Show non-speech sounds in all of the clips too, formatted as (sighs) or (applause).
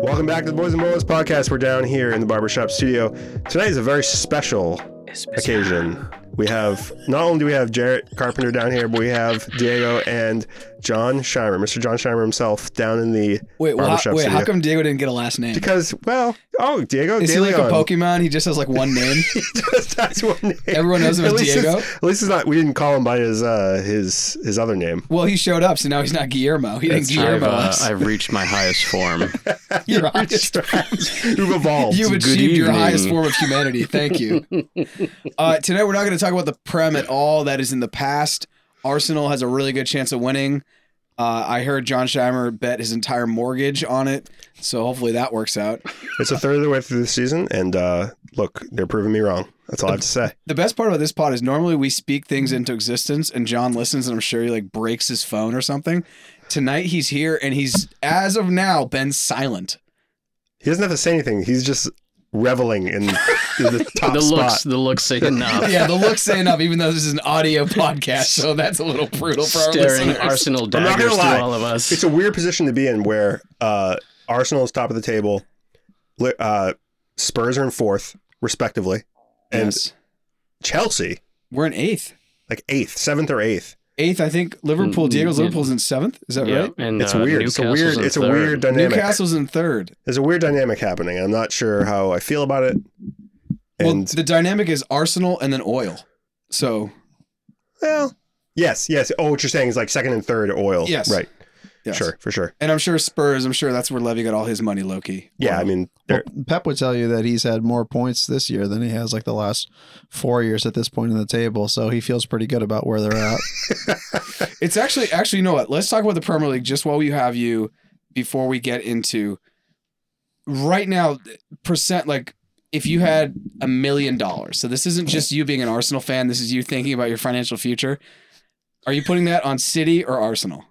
Welcome back to the Boys and Bullets podcast. We're down here in the barbershop studio. Tonight is a very special occasion. We have not only do we have Jarrett Carpenter down here, but we have Diego and John Scheimer, Mr. John Scheimer himself, down in the Wait, well, how, barbershop wait, studio. how come Diego didn't get a last name? because well, oh Diego Is De he like Leon. a Pokemon? He just has like one (laughs) name. (laughs) He just has one name. Everyone knows him At as least it's- Diego. At least it's not. We didn't call him by his uh, his his other name. Well, he showed up, so now he's not Guillermo. He didn't I've, Guillermo uh, us. I've reached my highest (laughs) form. You're We right. just- You've evolved. (laughs) You've Good achieved your evening. highest form of humanity. Thank (laughs) you. uh, tonight, we're not going to talk about the Prem at all. That is in the past. Arsenal has a really good chance of winning. Uh, I heard John Scheimer bet his entire mortgage on it, so hopefully that works out. it's a third of the way through the season, and uh, look, they're proving me wrong. That's all I have to say. The best part about this pod is normally we speak things into existence and John listens and I'm sure he like breaks his phone or something. Tonight he's here and he's as of now been silent. He doesn't have to say anything. He's just reveling in (laughs) the top the spot. looks, the looks say (laughs) enough. Yeah, the looks say enough, even though this is an audio podcast, so that's a little brutal for our Staring listeners. Arsenal gonna daggers to lie. all of It's us. a weird position to be in where uh, Arsenal is top of the table, li- uh, Spurs are in fourth, respectively, and Yes. Chelsea We're in eighth. like eighth, seventh or eighth. Eighth, I think Liverpool, Mm, Diego's yeah. Liverpool's in seventh. Is that Yeah, right? and It's uh, weird. It's a Newcastle's weird. in It's a third. weird dynamic. Newcastle's in third. There's a weird dynamic happening. and I'm not sure how I feel about it. well, And the dynamic is Arsenal and then oil. So well, yes, yes. Oh, what you're saying is like second and third oil. Yes. Right. yes. Sure. For sure. And I'm sure Spurs, I'm sure that's where Levy got all his money, Loki. Yeah. I mean, they're- Well, Pep would tell you that he's had more points this year than he has like the last four years at this point in the table. So he feels pretty good about where they're at. It's actually actually you know what? Let's talk about the Premier League just while we have you before we get into right now percent like if you had a million dollars. So this isn't just you being an Arsenal fan, this is you thinking about your financial future. Are you putting that on City or Arsenal?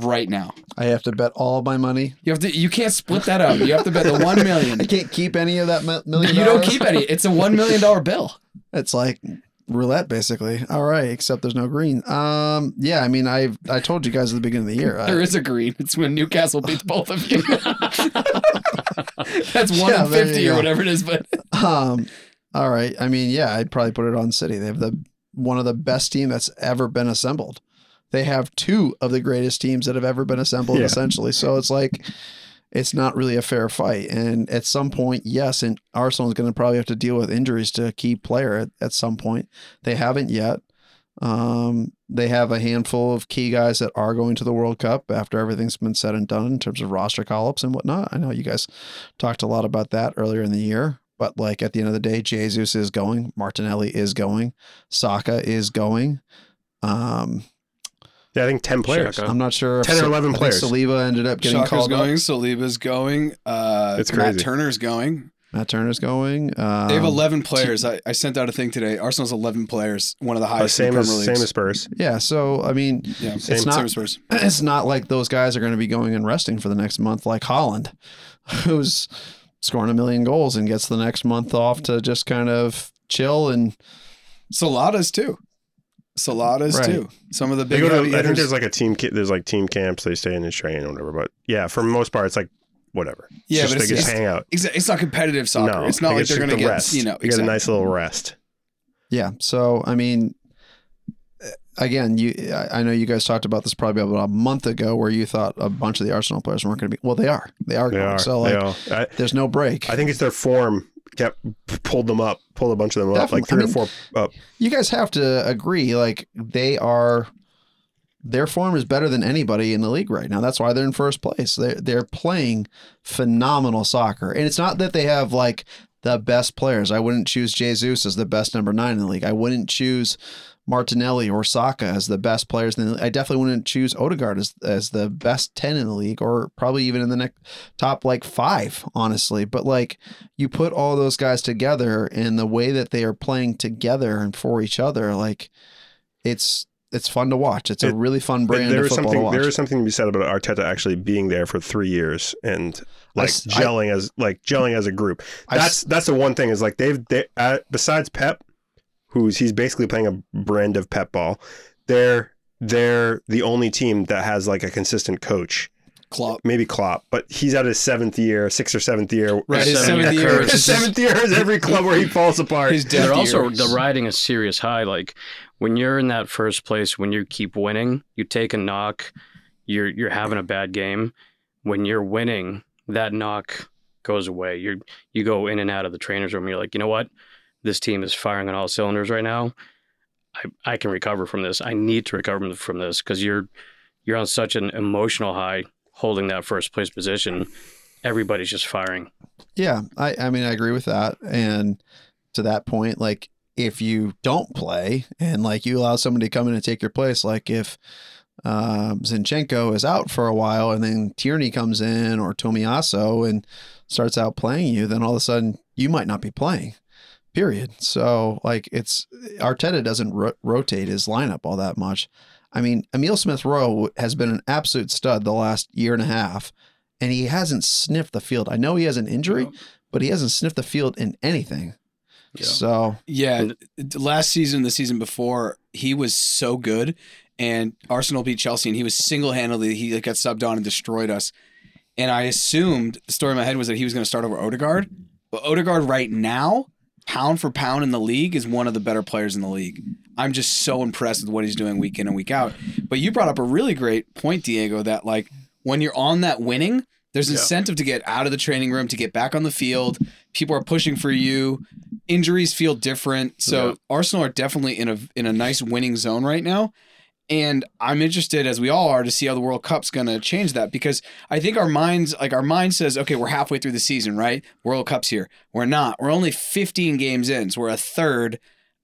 Right now. I have to bet all my money. You have to you can't split that up. You have to bet the 1 million. I can't keep any of that (laughs) mi- million. You don't dollars. keep any. It's a 1 million dollar bill. It's like roulette, basically. All right, except there's no green. Um, yeah. I mean, I I told you guys at the beginning of the (laughs) year. I- There is a green. It's when Newcastle beats both of you. (laughs) That's 1 Yeah, in there 50 you or go. whatever it is, but Um, all right. I mean, yeah, I'd probably put it on City. They have the one of the best team that's ever been assembled. They have two of the greatest teams that have ever been assembled, Yeah. essentially. So it's like it's not really a fair fight. And at some point, yes, and Arsenal is going to probably have to deal with injuries to a key player at, at some point. They haven't yet. Um, they have a handful of key guys that are going to the World Cup after everything's been said and done in terms of roster call-ups and whatnot. I know you guys talked a lot about that earlier in the year, but like at the end of the day, Jesus is going, Martinelli is going, Saka is going. Um, yeah, I think ten players. Uh, Shaka. I'm not sure if 10 or Sa- 11 I think players. Saliba ended up getting Shaka's called going, up. Saliba's going, uh It's Matt crazy. Turner's going. Matt Turner's going. Um, They have eleven players. I, I sent out a thing today. Arsenal's eleven players, one of the Uh, highest in same the as Premier same Leagues. as Spurs. Yeah, so I mean, yeah, Same. it's not same as Spurs. (clears throat) it's not like those guys are going to be going and resting for the next month like Holland, (laughs) who's scoring a million goals and gets the next month off to just kind of chill and Salada's too. Salada's Right. too. Some of the They big go heavy to. I think hitters. there's like a team. ca- There's like team camps. They stay in and train or whatever. But yeah, for the most part, it's like whatever. It's Yeah, just, but they it's- just hang out. Exa- it's not competitive soccer. No, it's not they like just they're get going to the get rest. you know. They get a exactly. nice little rest. Yeah. So I mean, uh, again, you I- I know you guys talked about this probably about a month ago, where you thought a bunch of the Arsenal players weren't going to be. Well, they are. They are. They going. are. So like, they are. I, there's no break. I think it's their form kept pulled them up, pulled a bunch of them up, like three Definitely. I or four up. you guys have to agree. Like they are. Their form is better than anybody in the league right now. That's why they're in first place. They're, they're playing phenomenal soccer. And it's not that they have like the best players. I wouldn't choose Jesus as the best number nine in the league. I wouldn't choose Martinelli or Saka as the best players. In the, I definitely wouldn't choose Odegaard as, as the best 10 in the league or probably even in the next top like five, honestly. But like you put all those guys together and the way that they are playing together and for each other, like it's it's fun to watch. It's a It- really fun brand there of is football to something. watch. There is something to be said about Arteta actually being there for three years and I like s- I- gelling as like gelling as a group. I s- That's that's the one thing is like they've they, uh, besides Pep, who's he's basically playing a brand of Pep ball. They're they're the only team that has like a consistent coach Klopp. maybe Klopp, but he's out of his seventh year, sixth or seventh year. Right, his Seven seventh year. occurs. His seventh year is every club (laughs) where he falls apart. His death They're also year. they're riding a serious high. Like when you're in that first place, when you keep winning, you take a knock, you're you're having a bad game. When you're winning, that knock goes away. You you go in and out of the trainer's room. You're like, you know what, this team is firing on all cylinders right now. I I can recover from this. I need to recover from this because you're you're on such an emotional high, holding that first place position. Everybody's just firing. Yeah, I, I mean, I agree with that. And to that point, like if you don't play and like you allow somebody to come in and take your place, like if um, Zinchenko is out for a while and then Tierney comes in or Tomiyasu and starts out playing you, then all of a sudden you might not be playing. Period. So like it's Arteta doesn't ro- rotate his lineup all that much. I mean, Emil Smith Rowe has been an absolute stud the last year and a half, and he hasn't sniffed the field. I know he has an injury, but he hasn't sniffed the field in anything. Yeah. So Yeah, And- th- last season, the season before, he was so good, and Arsenal beat Chelsea, and he was single handedly he like, got subbed on and destroyed us. And I assumed the story in my head was that he was going to start over Odegaard, but Odegaard right now, pound for pound in the league, is one of the better players in the league. I'm just so impressed with what he's doing week in and week out. But you brought up a really great point, Diego, that like when you're on that winning, there's Yeah. incentive to get out of the training room, to get back on the field. People are pushing for you. Injuries feel different. So Yeah. Arsenal are definitely in a in a nice winning zone right now. And I'm interested, as we all are, to see how the World Cup's gonna change that because I think our minds like our mind says, okay, we're halfway through the season, right? World Cup's here. We're not. We're only 15 games in. So we're a third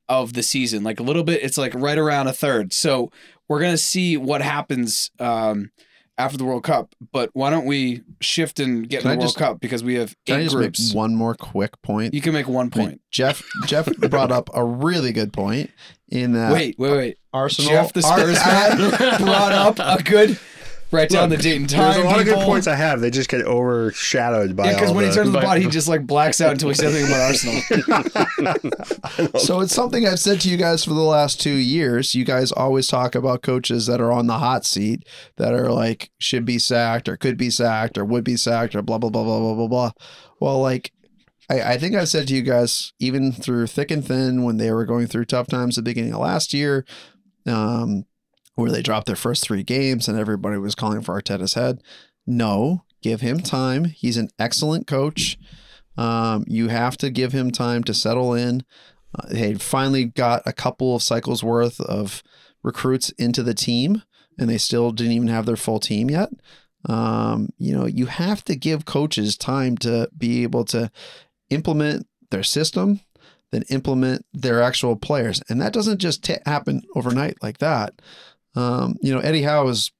of the season. Like a little bit, it's like right around a third. So we're gonna see what happens um after the World Cup. But why don't we shift and get Can in I the World just- Cup because we have can I eight just groups. make one more quick point? You can make one I mean, point. Jeff Jeff brought up a really good point in that wait, wait, wait. Arsenal Jeff the Ar- (laughs) Spurs fan brought up a good. Write down the date and time. There's a lot of good people. points I have. They just get overshadowed by Yeah, because all when the, he turns the but- body, he just like blacks out until he says anything about Arsenal. (laughs) (laughs) So it's something I've said to you guys for the last two years. You guys always talk about coaches that are on the hot seat that are like should be sacked or could be sacked or would be sacked or blah blah blah blah blah blah blah. Well, like I, I think I've said to you guys even through thick and thin when they were going through tough times at the beginning of last year, um, where they dropped their first three games and everybody was calling for Arteta's head. No, give him time. He's an excellent coach. Um, you have to give him time to settle in. Uh, they finally got a couple of cycles worth of recruits into the team, and they still didn't even have their full team yet. Um, you know, you have to give coaches time to be able to implement their system, then implement their actual players, and that doesn't just ta happen overnight like that. Um, you know, Eddie Howe is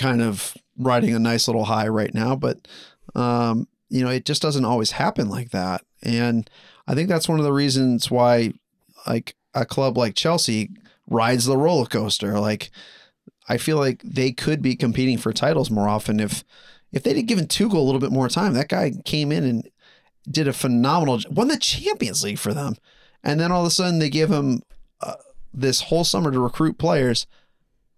kind of riding a nice little high right now, but um, you know, it just doesn't always happen like that, and I think that's one of the reasons why like a club like Chelsea rides the roller coaster. Like I feel like they could be competing for titles more often if if they'd have given Tuchel a little bit more time. That guy came in and did a phenomenal won the Champions League for them. And then all of a sudden they give him uh, this whole summer to recruit players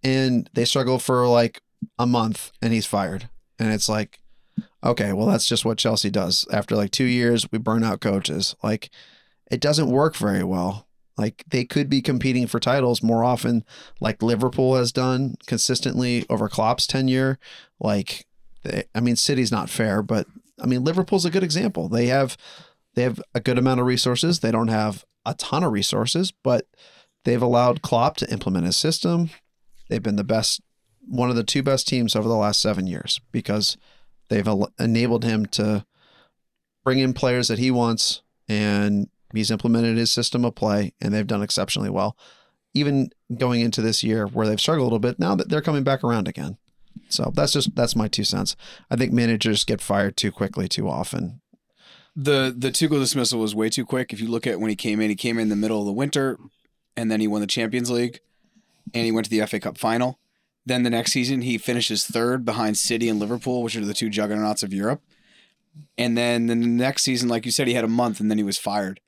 and they struggle for like a month and he's fired. And it's like okay, well, that's just what Chelsea does. After like two years, we burn out coaches. Like, it doesn't work very well. Like, they could be competing for titles more often, like Liverpool has done consistently over Klopp's tenure. Like, they, I mean, City's not fair, but I mean, Liverpool's a good example. They have they have a good amount of resources. They don't have a ton of resources, but they've allowed Klopp to implement his system. They've been the best, one of the two best teams over the last seven years because they've el- enabled him to bring in players that he wants and he's implemented his system of play and they've done exceptionally well even going into this year where they've struggled a little bit now that they're coming back around again so that's just that's my two cents i think managers get fired too quickly too often the the Tuchel dismissal was way too quick. If you look at when he came in, he came in the middle of the winter, and then he won the Champions League, and he went to the FA Cup final. Then the next season, he finishes third behind City and Liverpool, which are the two juggernauts of Europe. And then the next season, like you said, he had a month, and then he was fired.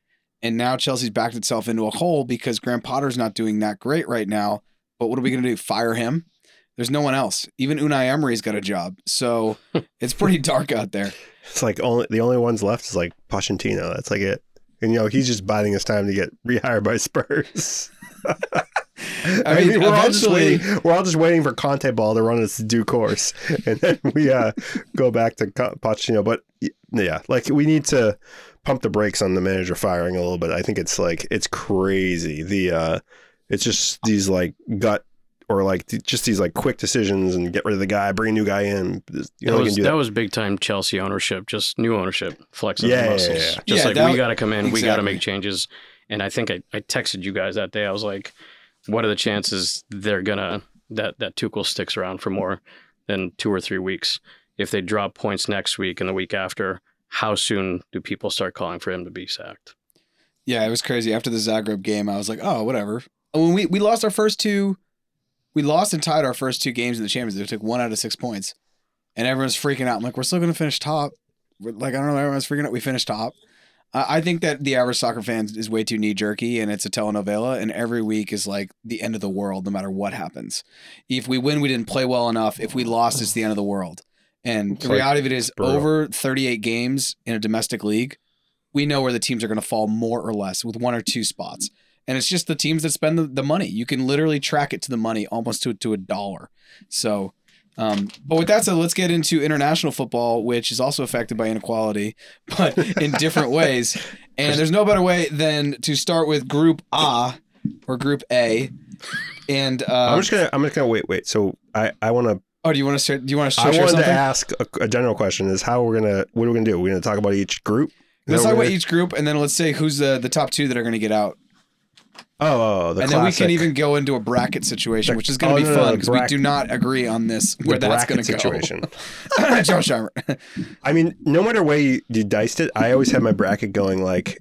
And now Chelsea's backed itself into a hole because Graham Potter's not doing that great right now. But what are we going to do? Fire him? There's no one else. Even Unai Emery's got a job. So it's pretty dark out there. It's like only the only ones left is like Pochettino. That's like it. And you know he's just biding his time to get (laughs) rehired by Spurs. (laughs) I mean, mean, we're all just eventually- waiting. We're all just waiting for Conte ball to run its due course, and then we uh, go back to Co- Pochettino. But y- yeah, like we need to pump the brakes on the manager firing a little bit. I think it's like it's crazy. The uh, it's just these like gut or like th- just these like quick decisions and get rid of the guy, bring a new guy in. You know, that, you was, can do that that. was big time Chelsea ownership, just new ownership, flexing Yeah, yeah, the muscles. yeah. Just Yeah, like that- we got to come in, we got to exactly. make changes. And I think I, I texted you guys that day. I was like, what are the chances they're gonna that that Tuchel sticks around for more than two or three weeks? If they drop points next week and the week after, how soon do people start calling for him to be sacked? Yeah, it was crazy. After the Zagreb game, I was like, oh, whatever. And When we, we lost our first two, we lost and tied our first two games in the Champions League. We took one out of six points. And everyone's freaking out. I'm like, we're still going to finish top. We're- like, I don't know. Everyone's freaking out. We finished top. I I think that the average soccer fan is way too knee jerky and it's a telenovela. And every week is like the end of the world, no matter what happens. If we win, we didn't play well enough. If we lost, it's the end of the world. And the like reality of it is, brutal. over 38 games in a domestic league, we know where the teams are going to fall more or less with one or two spots. And it's just the teams that spend the, the money. You can literally track it to the money almost to, to a dollar. So, um, but with that said, let's get into international football, which is also affected by inequality, (laughs) but in (laughs) different ways. And there's no better way than to start with Group A or Group A. And I'm uh, just gonna. I'm just gonna wait. Wait. So I I want to. oh, do you want to start? Do you want to I share wanted something? to ask a, a general question: Is how we're gonna. What are we gonna do? We're gonna talk about each group. Is let's that talk what about each group, and then let's say who's the the top two that are going to get out, we're gonna- Oh, oh, oh, the and then we classic- can even go into a bracket situation, The- which is going oh, to be no, no, fun the because we bracket- do not agree on this the where that's going bracket to go. situation. (laughs) Joe Scheimer. I mean, no matter way you diced it, I always had my bracket going like,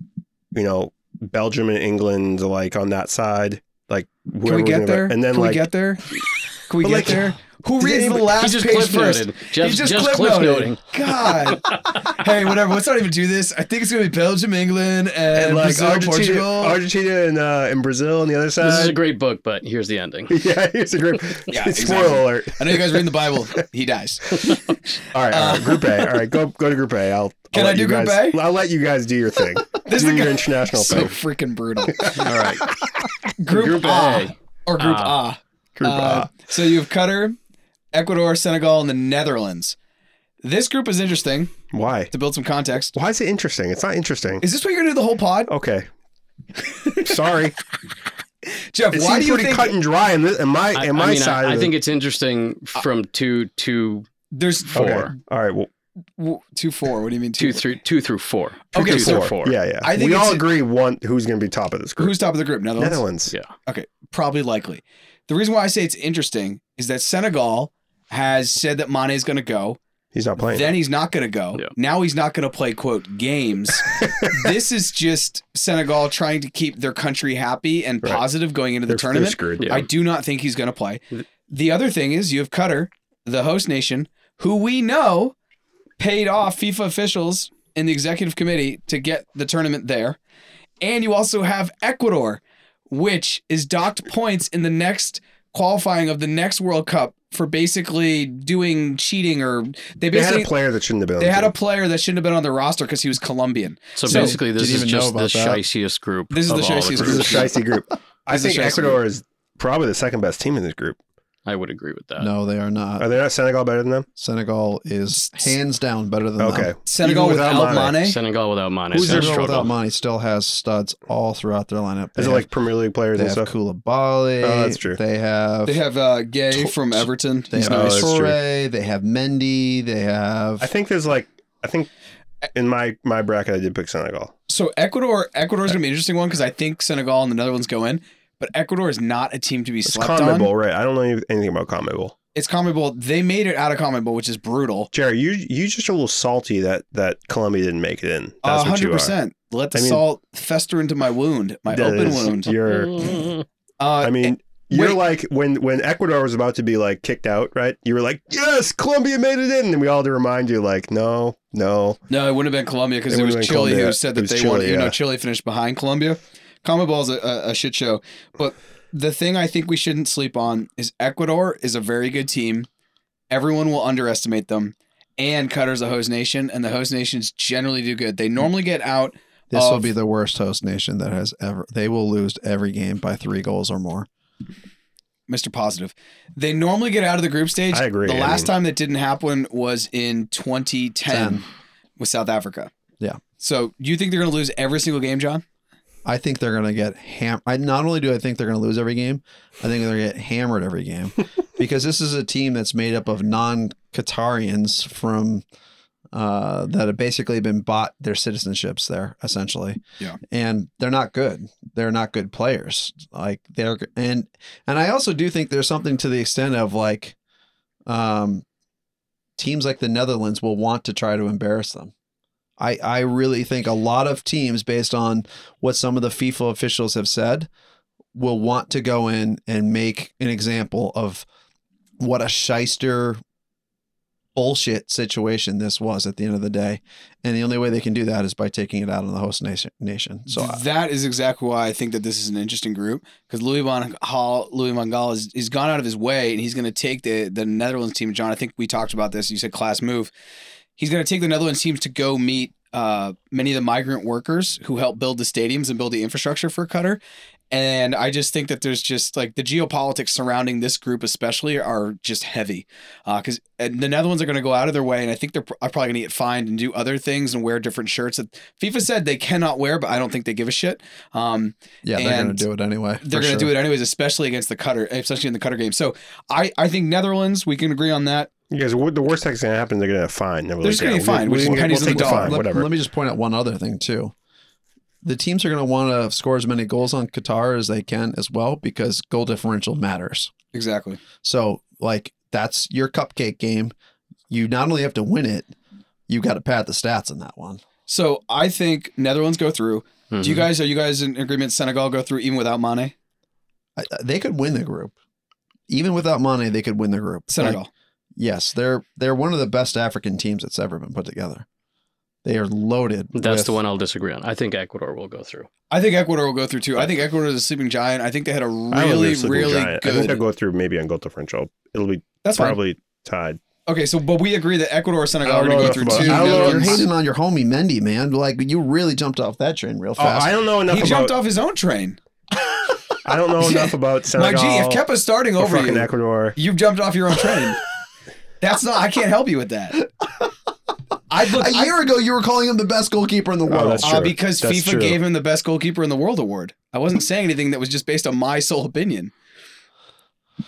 you know, Belgium and England like on that side, like Can whoever we was get gonna- there? and then Can like we get there? Can we But, get like, there? Who did reads the anybody- last he just page cliff first? noted. Jeff, He just, clip cliff noted. noting. (laughs) God. hey, whatever. Let's not even do this. I think it's gonna be Belgium, England, and, and like Brazil, Argentina, Portugal. Argentina and uh, and Brazil on the other This is a side. great book, but here's the ending. (laughs) yeah, here's a group. Yeah, Spoiler alert. I know you guys read the Bible. (laughs) He dies. All right, all right, Uh, Group A. All right, go go to Group A. I'll I'll Can I let do you Group guys- A? I'll let you guys do your thing. This do (laughs) is your the- international (laughs) so thing. (laughs) freaking brutal. All right. Group, Group A A. or Group Ah. A. Group Uh, A. so you have Qatar, Ecuador, Senegal, and the Netherlands. This group is interesting Why? to build some context. Why is it interesting? It's not interesting. Is this what you're gonna do the whole pod, Okay. (laughs) Sorry. Jeff? It why seems do you pretty think cut and dry in, this, in my I, I in my mean, side. I, I of the- think it's interesting Uh, from two to there's Four. Okay. All right. Well, w- two four? What do you mean two? two through two through four. Okay, two four. through four. Yeah, yeah. I think we all it's a- agree one who's going to be top of this group. Who's top of the group? Netherlands. Netherlands? Yeah. Probably likely. The reason why I say it's interesting is that Senegal has said that Mane is going to go. He's not playing. Then he's not going to go. Yeah. Now he's not going to play quote games. this is just Senegal trying to keep their country happy and Right. positive going into the they're, They're tournament. screwed. Yeah. I do not think he's going to play. Th- The other thing is you have Qatar, the host nation, who we know paid off FIFA officials and the executive committee to get the tournament there. And you also have Ecuador, which is docked points in the next qualifying of the next World Cup for basically doing cheating or they They had basically a player that shouldn't have been. on they the had team. a player that shouldn't have been on the roster because he was Colombian. So, So, basically, this didn't is even know just the about that. shiciest group. This is of the all shiciest the This is a groups. shicey group. (laughs) group. I This is a think shicey Ecuador is probably the second best team in this group. I would agree Uh, with that. No, they are Are not. they not Senegal better than them? Senegal is hands down better than Okay. them. Senegal Even without without Mane. Mane. Senegal without Mane Who's is a their struggle. without money still has studs all throughout their lineup. They Is it have- like Premier League players they and have stuff? Koulibaly? Oh, that's true. They have They have uh, Gay To- from Everton. they He's have uh, Oh, nice. that's true. Torre, they have Mendy, they have I think there's like I think in my my bracket I did pick Senegal. So Ecuador, Ecuador's gonna be an interesting one because I think Senegal and the Netherlands go in, but Ecuador is not a team to be It's slept on. Conmebol, right? I don't know any- anything about Conmebol. It's Bowl. They made it out of Bowl, which is brutal. Jerry, you you just a little salty that that Colombia didn't make it in. A That's what hundred you are. percent. Let the I mean- salt fester into my wound, my That open is- wound. You're Mm-hmm. Uh, I mean, wait. you're like when when Ecuador was about to be like kicked out, right? You were like, "Yes, Colombia made it in," and we all had to remind you, like, "No, no." no, it wouldn't have been Colombia because It it, was would've been Chile Colombia. who said It that was they Chile, wanted. You know, yeah. Chile finished behind Colombia. Bowl is a, a, a shit show, but the thing I think we shouldn't sleep on is Ecuador is a very good team. Everyone will underestimate them. And Cutter's a host nation, and the host nations generally do good. They normally get out. This will of- be the worst host nation that has ever. They will lose every game by three goals or more. Mr. Positive. They normally get out of the group stage. I agree. The I last mean- time that didn't happen was in 2010 Ten. with South Africa. Yeah. So you think they're going to lose every single game, John? I think they're gonna get ham. I not only do I think they're gonna lose every game, I think they're gonna get hammered every game because this is a team that's made up of non-Qatarians from uh, that have basically been bought their citizenships there essentially. Yeah. and they're not good. They're not good players. Like they're and and I also do think there's something to the extent of like, um, teams like the Netherlands will want to try to embarrass them. I, I really think a lot of teams, based on what some of the FIFA officials have said, will want to go in and make an example of what a shyster bullshit situation this was at the end of the day. And the only way they can do that is by taking it out on the host nation. nation. So I- that is exactly why I think that this is an interesting group because Louis Van Hall, Louis Van Gaal is he's gone out of his way and he's going to take the the Netherlands team. John, I think we talked about this. You said class move. He's going to take the Netherlands teams to go meet uh, many of the migrant workers who help build the stadiums and build the infrastructure for Qatar. And I just think that there's just like the geopolitics surrounding this group, especially, are just heavy. Because the Netherlands are going to go out of their way, and I think they're pr- are probably going to get fined and do other things and wear different shirts that FIFA said they cannot wear, but I don't think they give a shit. Um, yeah, they're going and to do it anyway. they're going to do it anyways, especially against the cutter, especially in the cutter game. So I, I think Netherlands, we can agree on that. You guys, what- the worst that's gonna happen, they're gonna fine. They're They're just gonna get fined, which is pennies on take the the dollar. fine, let, whatever. let me just point out one other thing too. The teams are going to want to score as many goals on Qatar as they can as well because goal differential matters. Exactly. So like that's your cupcake game. You not only have to win it, you got to pad the stats in that one. So I think Netherlands go through. Do Mm-hmm. you Mhm. guys, are you guys in agreement Senegal go through even without Mane? I, I- they could win the group, even without money. They could win the group. Senegal. Like, yes, they're they're one of the best African teams that's ever been put together. They are loaded. That's with- the one I'll disagree on. I think Ecuador will go through. I think Ecuador will go through too. I think Ecuador is a sleeping giant. I think they had a I don't think really, they're sleeping really giant. I think good. they'll go through maybe on goal differential. It'll be That's fine. probably tied. Okay, so but we agree that Ecuador or Senegal I are don't know going to go through enough two. about- I don't know You're enough- Netherlands. hating on your homie Mendy, man. Like you really jumped off that train real Oh, fast. I don't know enough He about. jumped off his own train. I don't (laughs) know enough about My Senegal. G, if Kepa's starting or over fucking you, Ecuador. you've jumped off your own train. That's not. I can't help you with that. I look. A I- year ago, you were calling him the best goalkeeper in the world. Oh, that's Uh, true. because That's FIFA true. gave him the best goalkeeper in the world award. I wasn't saying anything that was just based on my sole opinion.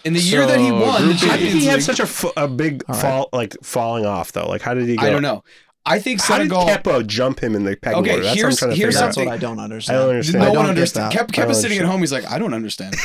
In the year that he So, won, the Group B. How did he Champions have League- such a, f- a big All right. fall, like falling off though? Like, how did he go? I don't know. I think How did Senegal. Keppo jump him in the pecking Okay, order? That's what I'm here's- trying to here's figure That's out. something- what I don't I understand. don't no understand. I don't one get understands. that. Kep, I Kep don't is sitting at understand. home. He's like, I don't understand.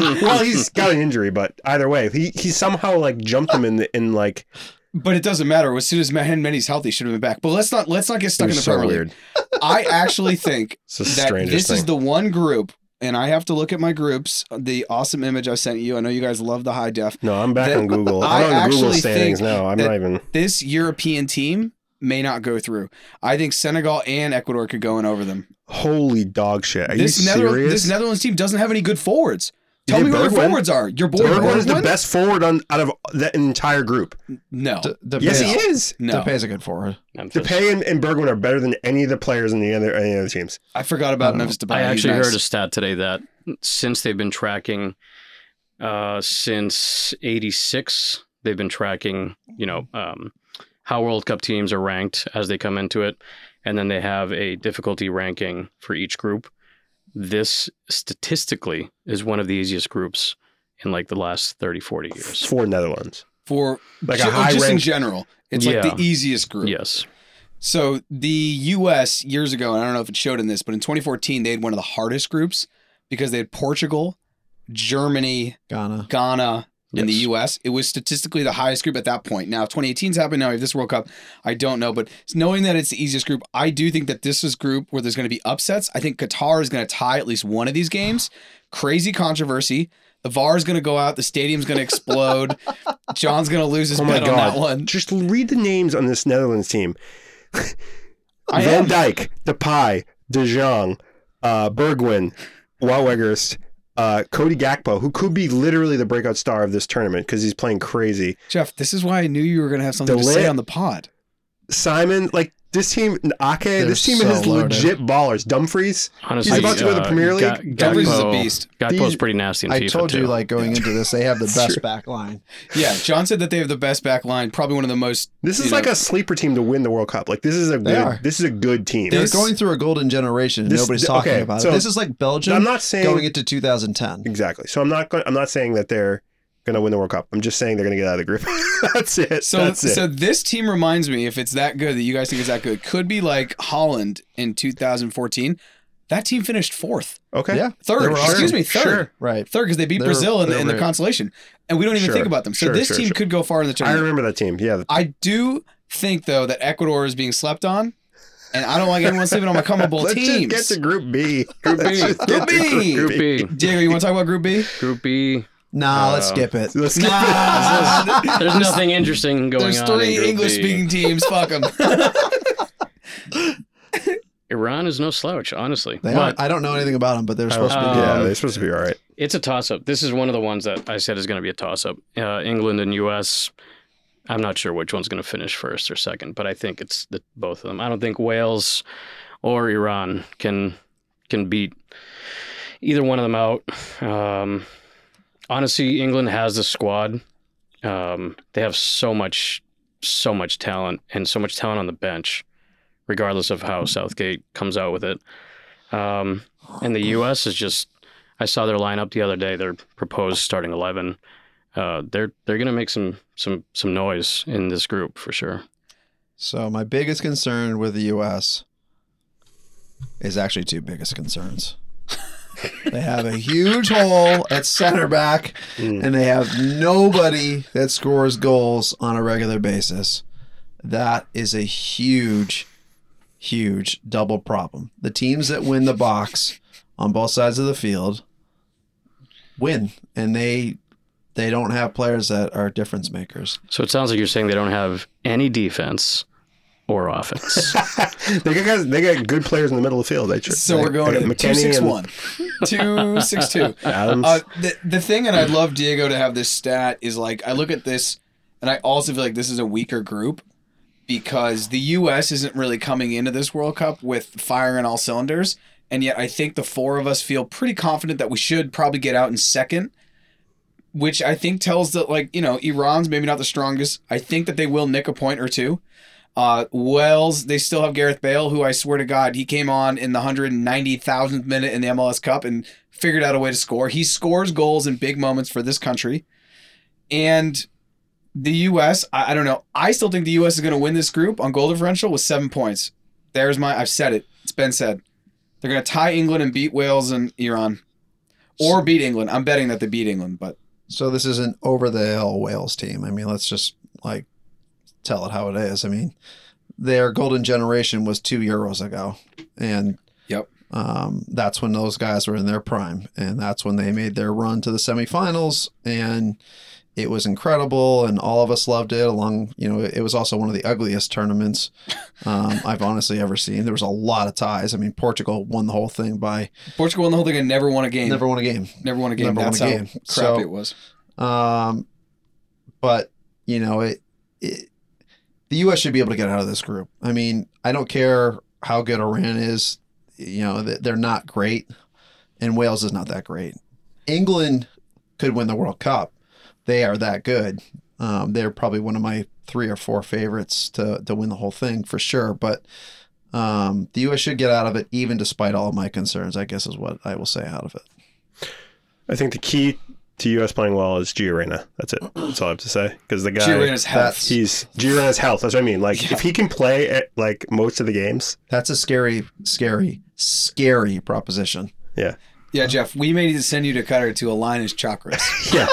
Um, (laughs) (laughs) well, he's got an injury, but either way, he he somehow like jumped him in the in like but it doesn't matter. As soon as Mahan Mendy's healthy, should have been back. But let's not let's not get it stuck was in the so Premier League. weird. I actually think It's the that this strangest is thing. the one group, and I have to look at my groups. The awesome image I sent you. I know you guys love the high def. No, I'm back that on Google. I I'm on the Google actually standings think now. I'm that- not even. This European team may not go through. I think Senegal and Ecuador could go in over them. Holy dog shit! Are this you Nether- serious? this Netherlands team doesn't have any good forwards. Tell Yeah, me who their Bergwijn. forwards are. Your boy Bergwijn is the Bergwijn? best forward on out of that entire group. No, D- Yes, Depay- he is. no. Depay's a good forward. Memphis. Depay and, and Bergwijn are better than any of the players in the other any other teams. I forgot I about don't know. Memphis Depay. I He's actually nice. heard a stat today that since they've been tracking, uh, since '86, they've been tracking, you know, um, how World Cup teams are ranked as they come into it, and then they have a difficulty ranking for each group. This statistically is one of the easiest groups in like the last 30, 40 years. For Netherlands, for like ju- a high just in ranked. general. It's Yeah. like the easiest group. Yes. So the U.S. years ago, and I don't know if it showed in this, but in 2014 they had one of the hardest groups because they had Portugal, Germany, Ghana. Ghana, and the Yes. U.S. It was statistically the highest group at that point. Now 2018's happened. Now we have this World Cup. I don't know, but knowing that it's the easiest group, I do think that this is group where there's going to be upsets. I think Qatar is going to tie at least one of these games. Crazy controversy. The VAR is going to go out. The stadium's going to (laughs) explode. John's going to lose his Oh my bet on that god! one. Just read the names on this Netherlands team. I Van am. Dyke, Depay, De Jong, uh, Bergwijn, Wawegers, uh, Cody Gakpo, who could be literally the breakout star of this tournament because he's playing crazy. Jeff, this is why I knew you were going to have something to Delay- say on the pod. Simon, like this team, Ake, this team so is loaded. legit ballers. Dumfries, Honestly, uh, about to go to the Premier League. Ga- Dumfries is a Gakpo- beast. Gakpo's These- pretty nasty in I FIFA told too. you, like going into this, (laughs) they have the It's best true. back line. Yeah, John said that they have the best back line, probably one of the most. this is you know, like a sleeper team to win the World Cup. Like this is a They good, are. this is a good team. They're This- going through a golden generation. and This- Nobody's th- talking okay, about so- it. This is like Belgium I'm not saying going into 2010. exactly. So I'm not going. I'm not saying that they're going to win the World Cup. I'm just saying they're going to get out of the group. (laughs) that's it. So, that's it. so this team reminds me, if it's that good that you guys think it's that good, could be like Holland in 2014. That team finished fourth, okay. Yeah, third. They were Excuse sure, me, third, sure. right. third because they beat They were- Brazil in, they the, in the were- consolation, and we don't even Sure, think about them. So sure, this sure, team sure. could go far in the I tournament. remember that team. Yeah. I do think though that Ecuador is being slept on, and I don't like anyone sleeping on my comable (laughs) Let's teams. just get to Group B. Group B. Group (laughs) Group B. Group B. Diego, you want to talk about (laughs) Group B? Group B. Nah, Uh, let's skip it. Let's skip Nah. it. There's nothing interesting going There's on. in three Group B. English-speaking teams. Fuck them. Iran is no slouch, honestly. They but aren't, I don't know anything about them, but they're supposed to Uh, be. yeah, Um, they're supposed to be all right. (laughs) it's a toss up. This is one of the ones that I said is going to be a toss up. Uh, England and U.S. I'm not sure which one's going to finish first or second, but I think it's the, both of them. I don't think Wales or Iran can can beat either one of them out. Um, honestly, England has the squad. Um, they have so much, so much talent, and so much talent on the bench, regardless of how Southgate comes out with it. Um, and the U.S. is just. I saw their lineup the other day. Their proposed starting eleven. Uh, they're they're gonna make some some some noise in this group for sure. So my biggest concern with the U.S. is actually two biggest concerns. (laughs) they have a huge hole at center back, Mm. and they have nobody that scores goals on a regular basis. That is a huge, huge double problem. The teams that win the box on both sides of the field win, and they they don't have players that are difference makers. So it sounds like you're saying they don't have any defense (laughs) or offense. they got guys. They got good players in the middle of the field. They, (laughs) So we're they- they going got to two McKennie six and one, two six two. Adams. Uh, the the thing, and I'd love Diego to have this stat is like I look at this, and I also feel like this is a weaker group because the U.S. isn't really coming into this World Cup with firing on all cylinders, and yet I think the four of us feel pretty confident that we should probably get out in second. Which I think tells that, like, you know, Iran's maybe not the strongest. I think that they will nick a point or two. Uh, Wells, they still have Gareth Bale, who I swear to God, he came on in the 190,000th minute in the MLS Cup and figured out a way to score. He scores goals in big moments for this country. And the U.S., I, I don't know. I still think the U.S. is going to win this group on goal differential with seven points. There's my, I've said it. It's been said. They're going to tie England and beat Wales and Iran. Or beat England. I'm betting that they beat England, but So this is an over the hill Wales team. I mean, let's just like tell it how it is. I mean, their golden generation was two Euros ago, and Yep. um, that's when those guys were in their prime, and that's when they made their run to the semifinals, and it was incredible, and all of us loved it. Along, you know, it was also one of the ugliest tournaments um, I've honestly ever seen. There was a lot of ties. I mean, Portugal won the whole thing by Portugal won the whole thing and never won a game. never won a game. Never won a game. Never won That's a how game. crappy So- it was. Um, but you know, it, it the U.S. should be able to get out of this group. I mean, I don't care how good Iran is. You know, they- they're not great, and Wales is not that great. England could win the World Cup. They are that good. Um, they're probably one of my three or four favorites to to win the whole thing for sure. But um, the U.S. should get out of it, even despite all of my concerns. I guess is what I will say out of it. I think the key to U.S. playing well is Giorena. That's it. That's all I have to say. Because the guy, Giroud is health. that's- he's Giorena's health. That's what I mean. Like if he can play at like most of the (laughs) games, That's a scary, scary, scary proposition. Yeah, Jeff, we may need to send you to Qatar to align his chakras. yeah,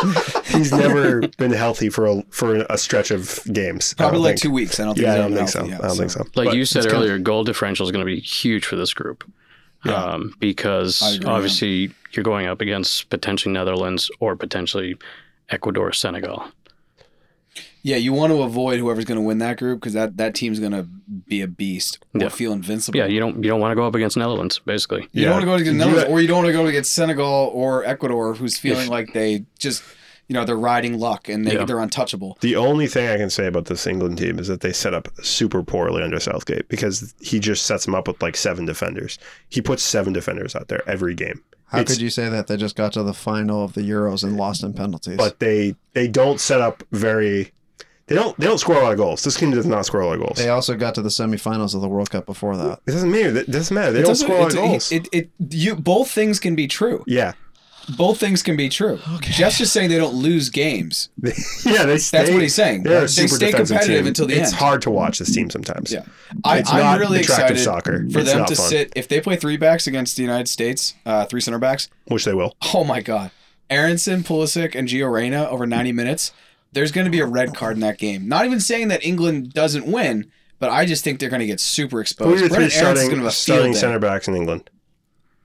he's never been healthy for a for a stretch of games. I Probably don't like two think. weeks. I don't think. Yeah, I he's don't been think so. healthy yet, I don't think so. Like But you said it's gonna- earlier, goal differential is going to be huge for this group. Yeah. Um, I because agree, yeah. obviously you're going up against potentially Netherlands or potentially Ecuador, Senegal. Yeah, you want to avoid whoever's going to win that group because that, that team's going to be a beast or Yeah. feel invincible. Yeah, you don't you don't want to go up against Netherlands, basically. You don't want to go against You Netherlands, got- or you don't want to go against Senegal or Ecuador, who's feeling like they just, you know, they're riding luck and they, Yeah. they're untouchable. The only thing I can say about this England team is that they set up super poorly under Southgate because he just sets them up with like seven defenders. He puts seven defenders out there every game. How It's- could you say that? They just got to the final of the Euros and lost in penalties. But they they don't set up very they don't they don't score a lot of goals. This team does not score a lot of goals. they also got to the semifinals of the World Cup before that. It doesn't matter. It doesn't matter. They don't doesn't- score a lot it's- of goals. It, it, you, both things can be true. yeah, Both things can be true. Jeff's just saying they don't lose games. yeah. They stay, That's what he's saying. They're a They super stay defensive competitive team. until the it's end. hard to watch this team sometimes. Yeah. I, It's I'm not really attractive excited soccer. for It's them not to fun. sit. If they play three backs against the United States, uh, three center backs, which they will. oh my God. Aronson, Pulisic, and Gio Reyna over 90 minutes, there's going to be a red card in that game. Not even saying that England doesn't win, but I just think they're going to get super Who are exposed. your three Brendan Aronson's going to starting, have a starting field day. center backs in England?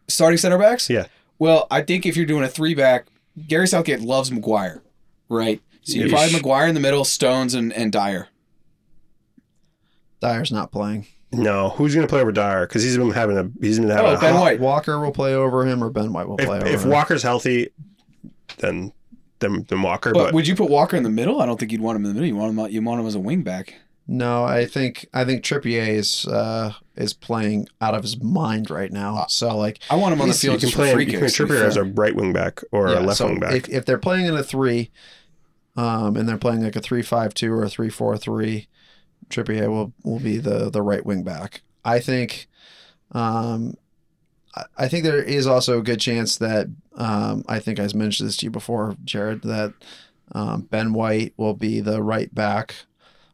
starting center backs? Yeah. Well, I think if you're doing a three back, Gary Southgate loves Maguire, right? So you Yeesh. probably Maguire in the middle, Stones and, and Dyer. Dyer's not playing. No, who's going to play over Dyer? Because he's been having a he's been having Oh, a Ben hot- White. Walker will play over him, or Ben White will play If, over if him. Walker's healthy, then then, then Walker. But, But, would you put Walker in the middle? I don't think you'd want him in the middle. You want him you want him as a wing back. no, I think I think Trippier is uh, is playing out of his mind right Ah. now. So like I want him on the He's- field you can just for play free you can kicks. to be Trippier as fair. a right wing back or a yeah, left so wing back. If, if they're playing in a three, um, and they're playing like a three-five-two or a three-four-three, Trippier will will be the the right wing back. I think, um, I- I think there is also a good chance that um, I think I mentioned this to you before, Jared, that um, Ben White will be the right back,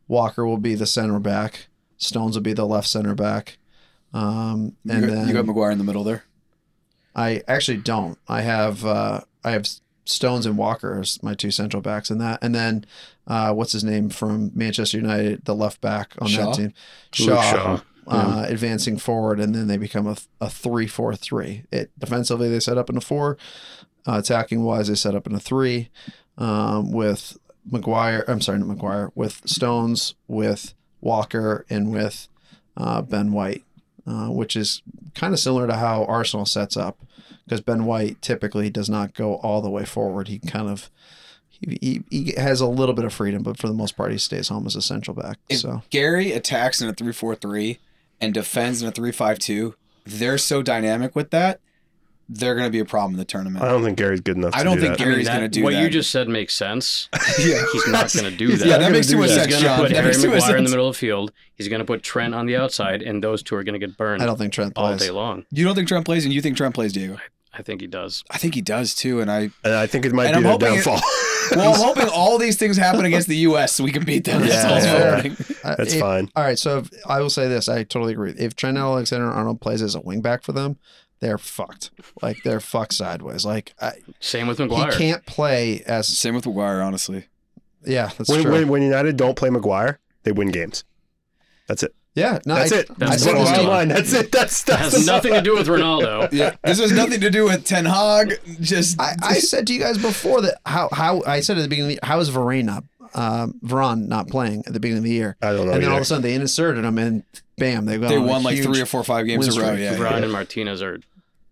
Walker will be the center back, Stones will be the left center back. Um, You and got- then you got Maguire in the middle there. I actually don't. I have uh, I have Stones and Walker as my two central backs in that, and then uh, what's his name from Manchester United, the left back on Shaw? that team, Shaw, Luke Uh-huh. Shaw. Uh, advancing forward, and then they become a a three four three. It defensively they set up in a four, uh, attacking wise they set up in a three, um, with McGuire. I'm sorry, not McGuire. With Stones, with Walker, and with uh, Ben White, uh, which is kind of similar to how Arsenal sets up because Ben White typically does not go all the way forward. He kind of he, he, he has a little bit of freedom, but for the most part, he stays home as a central back. If So Gary attacks in a three four three and defends in a three five two, they're so dynamic with that, they're going to be a problem in the tournament. I don't think Gary's good enough. I to don't do think that. I mean, Gary's that- gonna do what that. you just said makes sense. (laughs) yeah. He's not going to do (laughs) that. Yeah, that Gonna makes too do much that. He's sense, going to John. put That Harry makes too much Maguire in the sense. middle of the field. He's going to put Trent on the outside, and those two are going to get burned I don't think Trent all plays. day long. You don't think Trent plays, and you think Trent plays, Diego. I think he does. I think he does too, and (laughs) I. And I think it might be And I'm their hoping it- downfall. Well, I'm hoping all these things happen against the U.S. so we can beat them. That's Yeah, all I'm yeah. hoping. Uh, (laughs) That's if- fine. All right, so if, I will say this: I totally agree. If Trent Alexander-Arnold plays as a wingback for them, they're fucked. Like they're fucked sideways. Like I, Same with he Maguire. can't play as. Same with Maguire, honestly. Yeah, that's When, true. when when United don't play Maguire, they win games. That's it. yeah, no, That's I, it. I That's the what it said this to bottom you. was. line. That's it. That's That that's has nothing to do with (laughs) Ronaldo. Yeah, this has nothing to do with Ten Hag. Just I, I said to you guys before that how how I said at the beginning of the, how is Varane not um, Varane not playing at the beginning of the year, I don't know. and then all of either. a sudden they inserted him and bam they got they on a won like huge- three or four, five games in win a row. streak. Yeah, Brown and Martinez are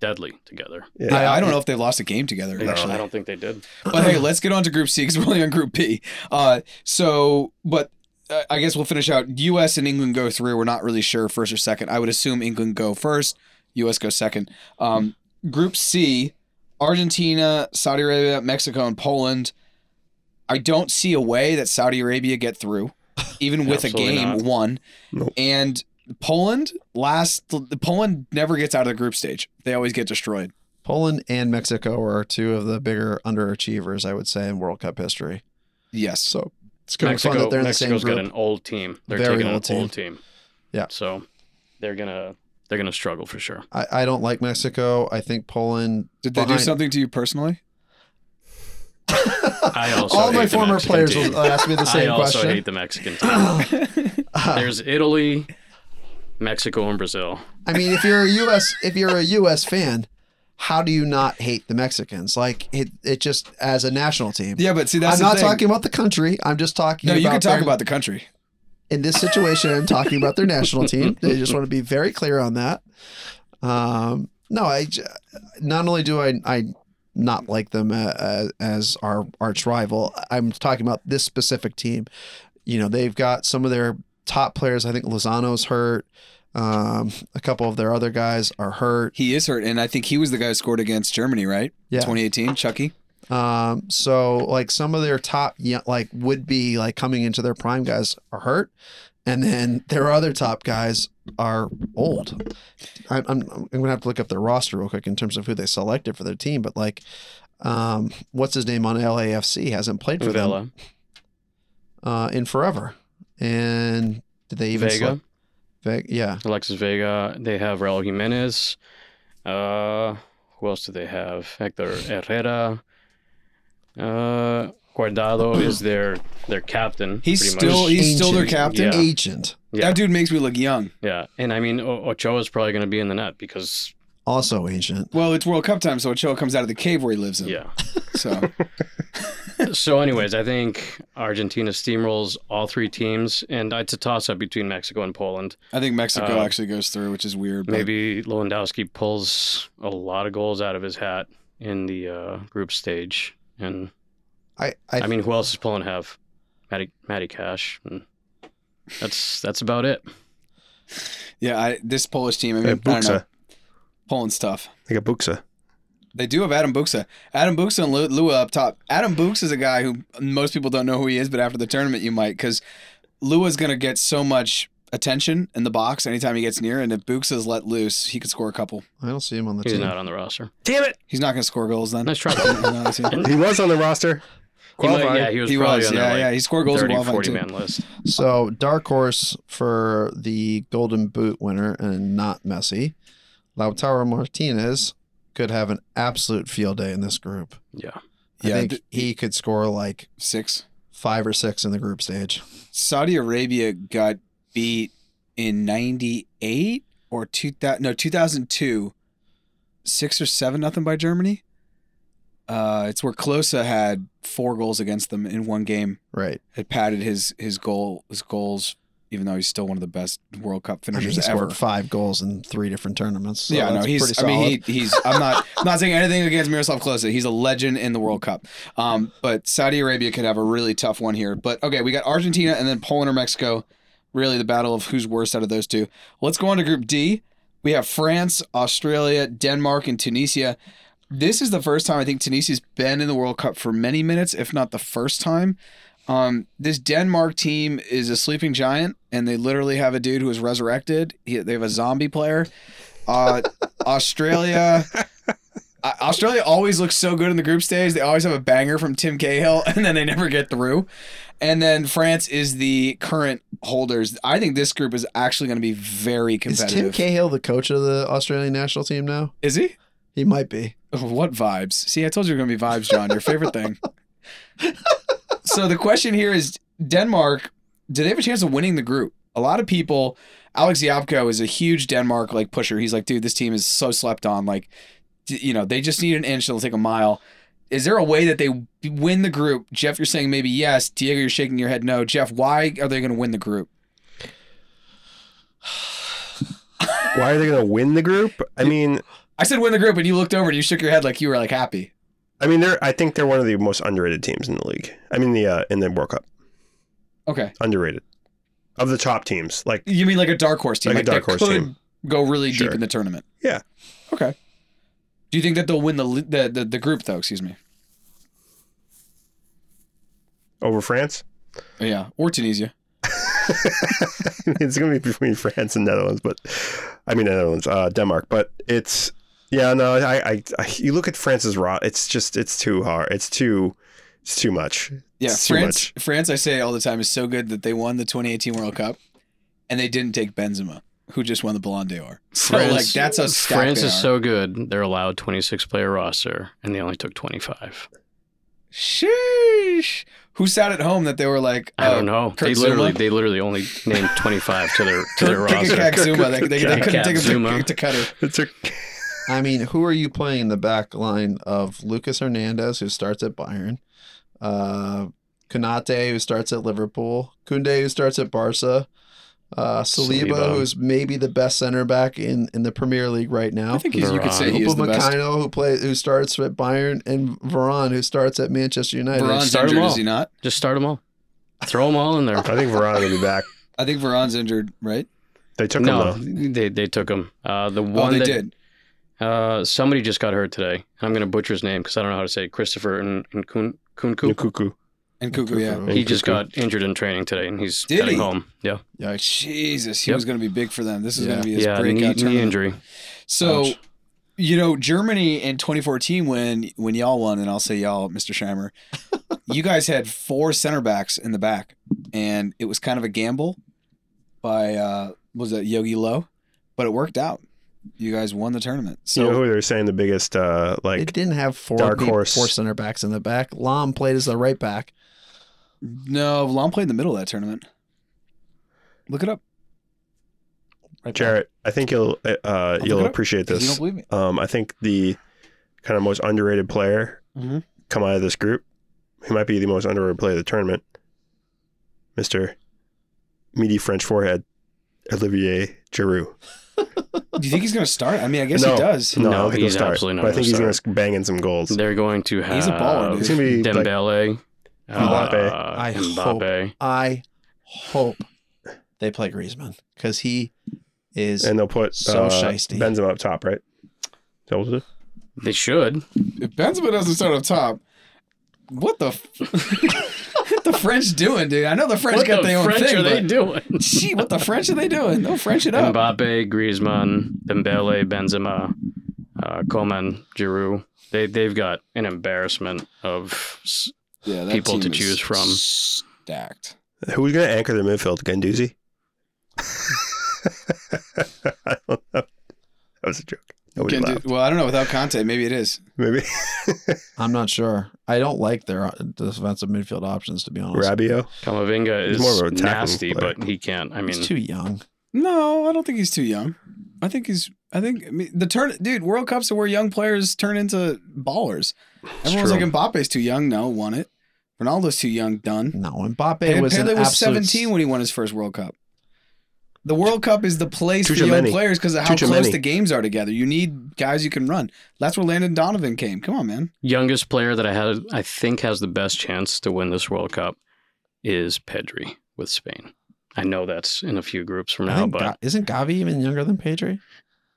deadly together. Yeah. I, I don't know if they lost a game together. They- actually. I don't think they did. But hey, let's get on to Group C because we're only on Group B. Uh, so, but uh, I guess we'll finish out. U.S. and England go through. We're not really sure first or second. I would assume England go first. U.S. go second. Um, group C: Argentina, Saudi Arabia, Mexico, and Poland. I don't see a way that Saudi Arabia get through, even with a Absolutely game not. one. Nope. And Poland last. The Poland never gets out of the group stage. They always get destroyed. Poland and Mexico are two of the bigger underachievers I would say in World Cup history. Yes. So it's gonna be fun Mexico, that they're in Mexico's the same got group. an old team. They're Very taking old an old team. Yeah. So they're gonna they're gonna struggle for sure. I, I don't like Mexico. I think Poland. Did they do behind- something to you personally? (laughs) I also All hate my the former Mexican players team. will ask me (laughs) the I same also question. hate (laughs) the Mexican (coughs) team. (laughs) There's Italy, Mexico, and Brazil. I mean, if you're a U.S. if you're a U.S. fan, how do you not hate the Mexicans? Like it, it just as a national team. Yeah, but see, that's I'm the not thing. talking about the country. I'm just talking. No, you about can talk their- about the country. in this situation. I'm talking about their national team. I just want to be very clear on that. Um, no, I j- not only do I I not like them uh, uh, as our arch rival. I'm talking about this specific team. You know, they've got some of their top players. I think Lozano's hurt. Um, a couple of their other guys are hurt. He is hurt, and I think he was the guy who scored against Germany, right? Yeah. 2018, Chucky. Um, so like some of their top, yeah, like would be like coming into their prime guys are hurt, and then their other top guys are old. I, I'm I'm gonna have to look up their roster real quick in terms of who they selected for their team, but like, um, what's his name on LAFC hasn't played for them Vela, uh, in forever, and did they even Vega, select- Ve- yeah, Alexis Vega. They have Raul Jimenez. Uh, who else do they have? Hector Herrera. Uh, Guardado is their their captain. He's pretty still e- much. he's still their Ancient. captain. Yeah. agent. yeah, That dude makes me look young. yeah. And I mean, o- Ochoa's probably going to be in the net because Also ancient. Well, it's World Cup time, so Ochoa comes out of the cave where he lives in. yeah. So so, anyways, I think Argentina steamrolls all three teams, and it's a toss up between Mexico and Poland. I think Mexico Uh, actually goes through, which is weird. but- Maybe Lewandowski pulls a lot of goals out of his hat in the uh, group stage, and I I, I, mean, who else is pulling half? Matty, Matty Cash. And that's that's about it. yeah, I, this Polish team. I mean, They I got don't know, Buxa. Poland's tough. They got Buxa. They do have Adam Buxa. Adam Buxa and Lu- Lua up top. Adam Buxa is a guy who most people don't know who he is, but after the tournament, you might, because Lua's going to get so much attention in the box anytime he gets near. And if Buxa's let loose, he could score a couple. I don't see him on the He's team. not on the roster. Damn it! He's not going to score goals then. Nice try. He's not on the team. (laughs) He was on the roster. He might- Qualified. yeah, he was he probably was, on yeah, their yeah. like, He scored goals in 30, qualifying 40 too. man list. So dark horse for the Golden Boot winner and not Messi, Lautaro Martinez could have an absolute field day in this group. Yeah. I Yeah, think th- he could score like Six. five or six in the group stage. Saudi Arabia got beat in 98 or 2000 no 2002 6 or 7 nothing by Germany. Uh it's where Klose had four goals against them in one game. Right. Had padded his his goal his goals even though he's still one of the best World Cup I mean, finishers he ever. scored five goals in three different tournaments. so yeah, no, that's he's. uh, pretty I mean, solid. he, he's. I'm not I'm not saying anything against Miroslav Klose. He's a legend in the World Cup. Um, but Saudi Arabia could have a really tough one here. But okay, we got Argentina and then Poland or Mexico. Really, the battle of who's worst out of those two. Let's go on to Group D. We have France, Australia, Denmark, and Tunisia. This is the first time I think Tunisia's been in the World Cup for many minutes, if not the first time. Um, this Denmark team is a sleeping giant, and they literally have a dude who is resurrected. He, they have a zombie player. Uh, (laughs) Australia. I- Australia always looks so good in the group stage. They always have a banger from Tim Cahill, (laughs) and then they never get through. And then France is the current holders. I think this group is actually going to be very is competitive. Tim Cahill the coach of the Australian national team now? Is he? He might be. (laughs) What vibes? See, I told you it were gonna be vibes, John. Your favorite thing. so the question here is: Denmark, do they have a chance of winning the group? A lot of people, Alex Yapko is a huge Denmark like pusher. He's like, dude, this team is so slept on. Like, d- you know, they just need an inch; it'll take a mile. Is there a way that they win the group? Jeff, you're saying maybe yes. Diego, you're shaking your head no. Jeff, why are they going to win the group? Why are they going to win the group? I mean, I said win the group, and you looked over and you shook your head like you were like happy. I mean, they're. I think they're one of the most underrated teams in the league. I mean, the uh, in the World Cup, Okay. underrated of the top teams. Like, You mean like a dark horse team? Like a dark that horse could team. Go really Sure. deep in the tournament. Yeah. Okay. Do you think that they'll win the li- the the, the group though? Excuse me. over France, Yeah, or Tunisia. (laughs) it's going to be between France and Netherlands. But I mean, Netherlands, uh, Denmark. But it's yeah, no. I, I, I you look at France's rot. It's just it's too hard. It's too it's too much. Yeah, It's too France. France, I say all the time, is so good that they won the 2018 World Cup, and they didn't take Benzema, who just won the Ballon d'Or. So like that's how stacked France they is are. so good. They're allowed 26 player roster, and they only took 25. Sheesh. Who sat at home that they were like? I oh, don't know. Kurt they literally Zuma? they literally only named 25 to their to their Kurt (laughs) roster. Zuma. They, they, they Kikakak couldn't take him Zuma. to, to Qatar. It took I mean, who are you playing in the back line of Lucas Hernandez, who starts at Bayern, uh, Kanate, who starts at Liverpool, Kunde, who starts at Barca, uh, Saliba, Saliba. who's maybe the best center back in, in the Premier League right now. I think he's, you could say he is the Upamecano, best. who plays, who starts at Bayern, and Varane, who starts at Manchester United. Varane's Start him injured, is all. he not? Just start them all. Throw them all in there. I think Varane will be back. I think Varane's injured, right? They took no, him though. they they took him. Uh, the Oh, one they that did. Uh, somebody just got hurt today. And I'm going to butcher his name because I don't know how to say it. Christopher and, and Kun, Kunku. Nkuku. And Cuckoo, yeah. He just got injured in training today, and he's Did heading he? home. Yeah, Yikes. Jesus, he Yep. was going to be big for them. This is Yeah. going to be his yeah, knee, breakout knee tournament. injury. So, Ouch. you know, Germany in 2014, when when y'all won, and I'll say y'all, Mr. Scheimer, (laughs) you guys had four center backs in the back, and it was kind of a gamble by uh was it Yogi Low, but it worked out. You guys won the tournament. you know So who they're saying the biggest uh, They like didn't have four, Dark deep- horse. four center backs in the back. Lam played as the right back. no, Lom played in the middle of that tournament. Look it up. Right back. Jarrett? I think you'll uh, look it you'll up, appreciate 'cause You don't this. believe me? Um, I think the kind of most underrated player Mhm. come out of this group, who might be the most underrated player of the tournament, Mister Meaty French Forehead, Olivier Giroud. Do you think he's going to start? I mean, I guess No. he does. No, I No, don't think he'll he's start, absolutely not but I think gonna he's going to bang in some goals. They're going to have He's a baller, dude. He's going to be like, Dembele, Mbappe. Uh, I hope. Mbappe. I hope they play Griezmann because he is. and they'll put So uh, shiesty. Benzema up top, right? Is that what it is? They should. If Benzema doesn't start up top, what the f- (laughs) what the French doing, dude? I know the French what got the their own French thing, are they but doing? gee, what the French are they doing? They'll French it up. Mbappe, Griezmann, Dembele, Benzema, uh, Coman, Giroud. They they've got an embarrassment of. s- Yeah, that people to team is choose from. Stacked. Who's going to anchor their midfield? (laughs) Ganduzi? I don't know. That was a joke. Nobody Can do- laughed. well, I don't know. Without Conte, maybe it is. Maybe I'm not sure. I don't like their uh, defensive midfield options to be honest. Rabio. Kamavinga He's is more of an attacking nasty, player. but he can't. I mean, He's too young. No, I don't think he's too young. I think he's. I think I mean, the turn, dude. World Cups are where young players turn into ballers. Everyone's true. like Mbappe's too young. No, won it. Ronaldo's too young. Done. No, Mbappe Pele was was, an absolute 17 when he won his first World Cup. The World Cup is the place for Too young many. players because of how Too close many. the games are together. You need guys you can run. That's where Landon Donovan came. Come on, man. youngest player that I had, I think, has the best chance to win this World Cup is Pedri with Spain. I know that's in a few groups from I now, think but Ga- isn't Gavi even younger than Pedri?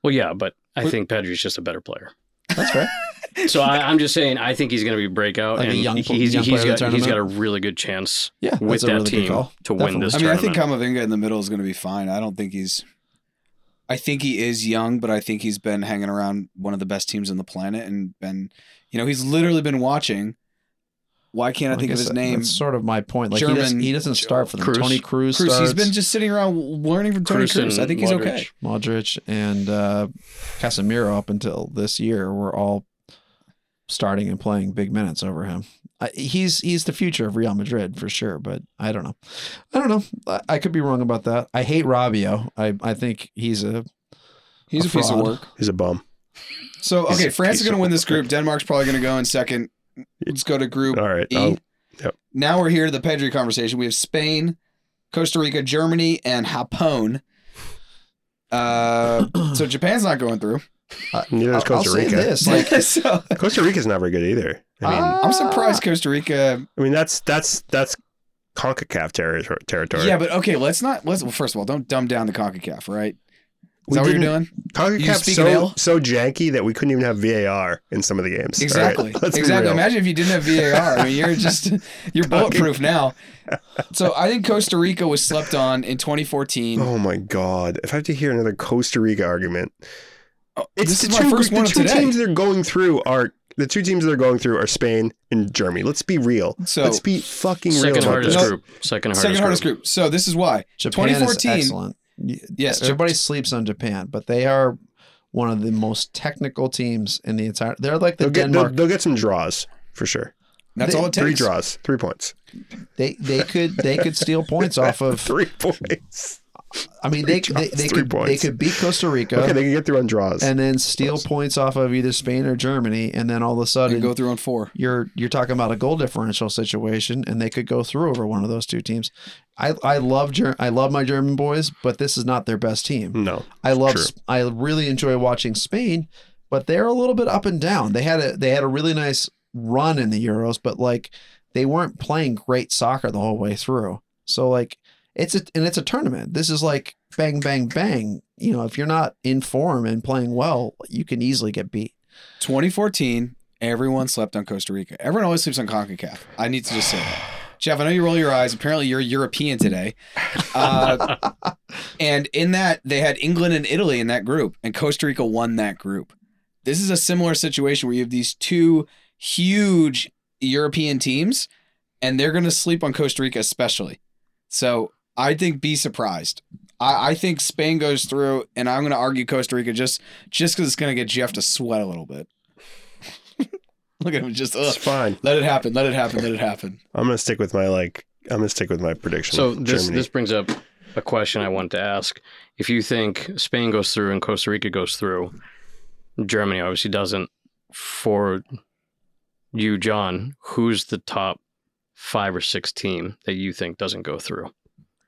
well, yeah, but I think Pedri's just a better (laughs) player. That's (laughs) right. So I, I'm just saying, I think he's going to be breakout, Like a and young pl- he's, young player he's of the got he's tournament? got a really good chance Yeah, with (laughs) that's a that really good team call. to win Definitely. this I mean, I think tournament. Kamavinga in the middle is going to be fine. I don't think he's. I think he is young, but I think he's been hanging around one of the best teams on the planet and been, you know, he's literally been watching. Why can't I Like think of said, his name? That's sort of my point. Like he doesn't, German- he doesn't start for them. Cruz. Tony Cruz, Cruz. He's starts, been just sitting around learning from Tony Kroos Cruz. and I think he's Modric. okay. Modric and uh, Casemiro up until this year were all starting and playing big minutes over him. I, he's he's the future of Real Madrid for sure, but I don't know. I don't know. I, I could be wrong about that. I hate Rabio. I, I think he's a (clears throat) He's A a piece of fraud. work. He's a bum. So He's okay, a France is piece going of to win this work. group. Denmark's probably going to go in second. Let's go to group All right. E. I'll- yep. Now we're here to the Pedri conversation. We have Spain, Costa Rica, Germany, and Japón. Uh, so Japan's not going through. E. neither is I'll- I'll Costa say Rica. (laughs) this, like, uh, so Costa Rica's not very good either. I mean, I'm surprised Costa Rica. I mean that's that's that's Concacaf territory. territory. Yeah, but okay, let's not. Let's well, first of all, don't dumb down the Concacaf, right? Is We that what you're didn't- doing? You Concacaf's speaking so ill? so janky that we couldn't even have VAR in some of the games. All right, Exactly. (laughs) let's be exactly. real. Imagine if you didn't have VAR. I mean, you're just (laughs) you're bulletproof now. So I think Costa Rica was slept on in 2014. Oh my god! If I have to hear another Costa Rica argument, it's Oh, this the is my two, first the one of two today. teams they're going through are the two teams they're going through are Spain and Germany. Let's be real. So- Let's be fucking real. Second about hardest this. group. Second hardest, Second hardest group. group. So this is why Japan 2014. is excellent. Y- Yes, Jap- everybody sleeps on Japan, but they are one of the most technical teams in the entire. They're like the They'll get, they'll, Denmark. they'll get some draws for sure. that's They- all it takes. Three draws, three points, They they could they could steal points off of three (laughs) points. I mean, they Three they, draws, three they could they points. could beat Costa Rica Okay, they can get through on draws. and then steal Close. points off of either Spain or Germany, and then all of a and sudden go through on four. you're you're talking about a goal differential situation, and they could go through over one of those two teams. I I love Ger- I love my German boys, but this is not their best team. no. I love True. Sp- I really enjoy watching Spain, but they're a little bit up and down. They had a they had a really nice run in the Euros, but like they weren't playing great soccer the whole way through. So like it's a and it's a tournament. This is like bang bang bang. You know, if you're not in form and playing well, you can easily get beat. 2014, everyone slept on Costa Rica. Everyone always sleeps on CONCACAF. I need to just say that. Jeff, I know you roll your eyes. Apparently, you're European today. Uh, and in that, they had England and Italy in that group, and Costa Rica won that group. This is a similar situation where you have these two huge European teams, and they're going to sleep on Costa Rica, especially. So I think be surprised. I, I think Spain goes through, and I'm going to argue Costa Rica just just because it's going to get Jeff to sweat a little bit. (laughs) Look at him just ugh. It's fine. let it happen, let it happen, let it happen. I'm gonna stick with my like. I'm gonna stick with my prediction. So this Germany. this brings up a question I wanted to ask. If you think Spain goes through and Costa Rica goes through, Germany obviously doesn't. For you, John, who's the top five or six team that you think doesn't go through?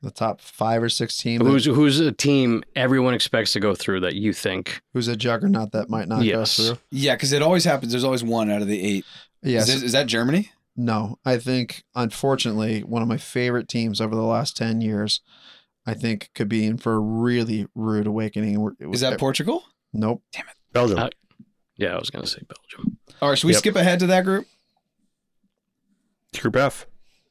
The top five or six team Who's who's, who's a team everyone expects to go through that you think? who's a juggernaut that might not Yes. go through. Yeah, because it always happens. There's always one out of the eight. Yes. Is, this- is that Germany? No, I think unfortunately one of my favorite teams over the last ten years, I think could be in for a really rude awakening. We're- Is that Portugal? Nope. Belgium. Uh, Yeah, I was gonna say Belgium. All right, should we Yep. skip ahead to that group? group F.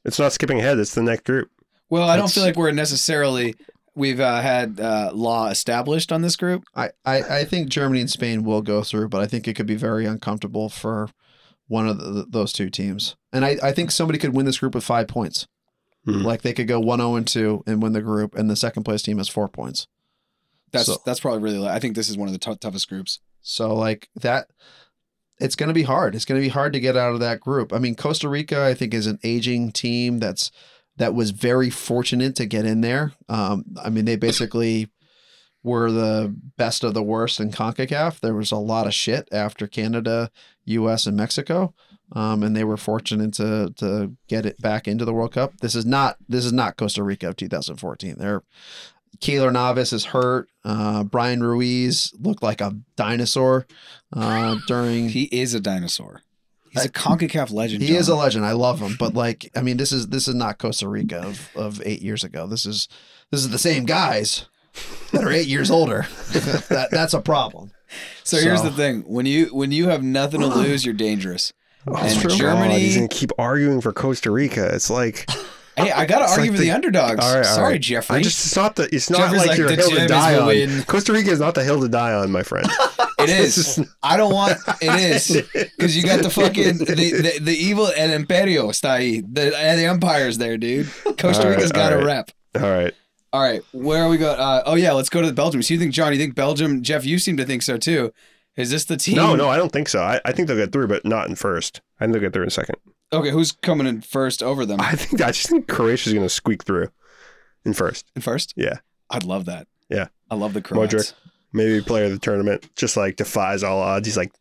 It's not skipping ahead. It's the next group. Well, I don't That's- feel like we're necessarily we've uh, had uh, law established on this group. I, I, I think Germany and Spain will go through, but I think it could be very uncomfortable for one of the, those two teams. And I, I think somebody could win this group with five points. Hmm. Like they could go 1 0 and 2 and win the group, and the second place team has four points. That's So- that's probably really. I think this is one of the tou- toughest groups. So like that it's going to be hard. It's going to be hard to get out of that group. I mean, Costa Rica I think is an aging team that's that was very fortunate to get in there. Um, I mean, they basically were the best of the worst in CONCACAF. There was a lot of shit after Canada, US and Mexico. Um, and they were fortunate to to get it back into the World Cup. This is not this is not Costa Rica of 2014. They're Keylor Navis is hurt. Uh, Brian Ruiz looked like a dinosaur uh, Mm-hmm. during. He is a dinosaur. He's a Concacaf legend. He is a John. legend. I love him, but like, I mean, this is this is not Costa Rica of, of eight years ago. This is this is the same guys that are eight years older. (laughs) that that's a problem. So here's so- the thing: when you when you have (clears throat) nothing to lose, you're dangerous. Oh, And my God, Germany- he's gonna keep arguing for Costa Rica. It's like Hey, I gotta It's argue like with the, the- underdogs. All right, all Sorry, right. Jeffrey. I just stopped. The, it's not Jeffrey's like, like, you're a "The hill to Germans die will on. win." Costa Rica is not the hill to die on, my (laughs) friend. (laughs) it is. I don't want. It is. Because (laughs) you got the fucking the, the, the evil El Imperio está ahí. The and the umpire's there, dude. Costa All right, Rica's got all right. a rep. All right. All right, where are we going? Uh, oh yeah, let's go to the Belgium. So you think John? You think Belgium? Jeff, you seem to think so too. Is this the team? No, no, I don't think so. I, I think they'll get through, but not in first. I think they'll get through in second. Okay, who's coming in first over them? I think I just think Croatia's gonna squeak through in first. In first? Yeah. I'd love that. Yeah. I love the Croats. (laughs) Modric. Maybe player of the tournament just like defies all odds. He's like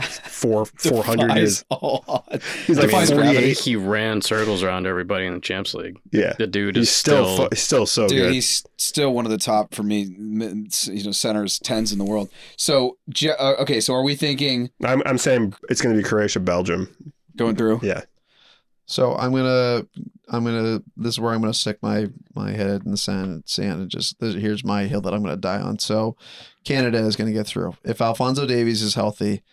34, 400 (laughs) Defies years. all odds. He's like Defies I mean, 48. he ran circles around everybody in the Champions League. Yeah. The dude He's is still still, fu- he's still so Dude, good. he's still one of the top for me, m- s- you know, centers, tens in the world. So, Je- uh, okay, so are we thinking I'm, I'm saying it's going to be Croatia, Belgium. going through? Yeah. So I'm gonna, I'm gonna. This is where I'm gonna stick my my head in the sand, sand, and just this, here's my hill that I'm gonna die on. So Canada is gonna get through if Alfonso Davies is healthy.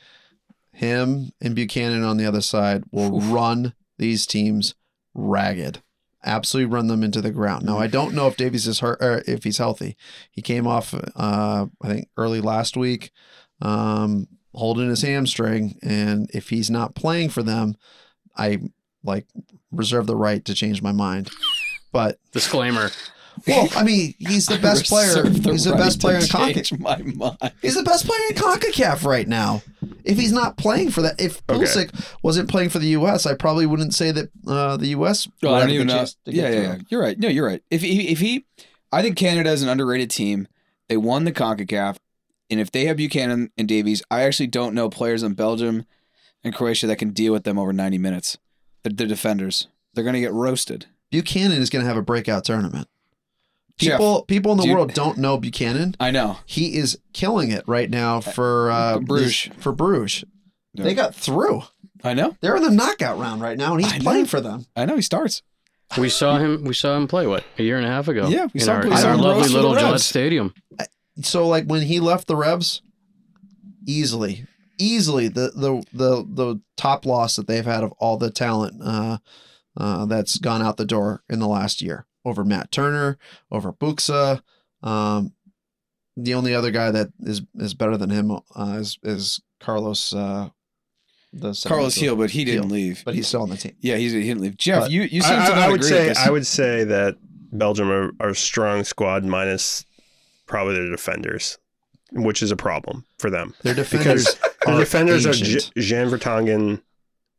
Him and Buchanan on the other side will Oof. run these teams ragged, absolutely run them into the ground. Now I don't know if Davies is hurt or if he's healthy. He came off, uh, I think, early last week, um, holding his hamstring, and if he's not playing for them, I like reserve the right to change my mind. (laughs) But disclaimer. well, I mean, he's the best player. Reserve he's the right best player in to Conca- change my mind. He's the best player in CONCACAF right now. If he's not playing for that, if Okay. Pulisic wasn't playing for the U.S., I probably wouldn't say that uh, the U.S. Well, would I have don't a even good know. chance to Yeah, get yeah, through. yeah. You're right. No, you're right. If he, if he, I think Canada is an underrated team. They won the CONCACAF. And if they have Buchanan and Davies, I actually don't know players in Belgium and Croatia that can deal with them over 90 minutes. The, the defenders. They're going to get roasted. Buchanan is going to have a breakout tournament. Jeff, People, people in the do you- world don't know Buchanan. I know. He is killing it right now for uh, Bruges. this- for Bruges, Yeah. they got through. I know. They're in the knockout round right now, and he's I playing know. for them. I know. He starts. We saw him. We saw him play what a year and a half ago. Yeah, we in saw him our, play in some our of the lovely Reds for the little Gillette Reds. Stadium. So, like when he left the Revs, easily, easily the the the the top loss that they've had of all the talent uh, uh, that's gone out the door in the last year over Matt Turner, over Buxa. Um, the only other guy that is is better than him uh, is is Carlos. Uh, the Carlos Heel, but he didn't Heel. leave. but he's still on the team. Yeah, he's, he didn't leave. Jeff, But- you, you seem I, to I- not I would agree say with this. I would say that Belgium are, are a strong squad minus probably their defenders, which is a problem for them. Their defenders, The (laughs) are defenders are ancient. J- Jan Vertonghen,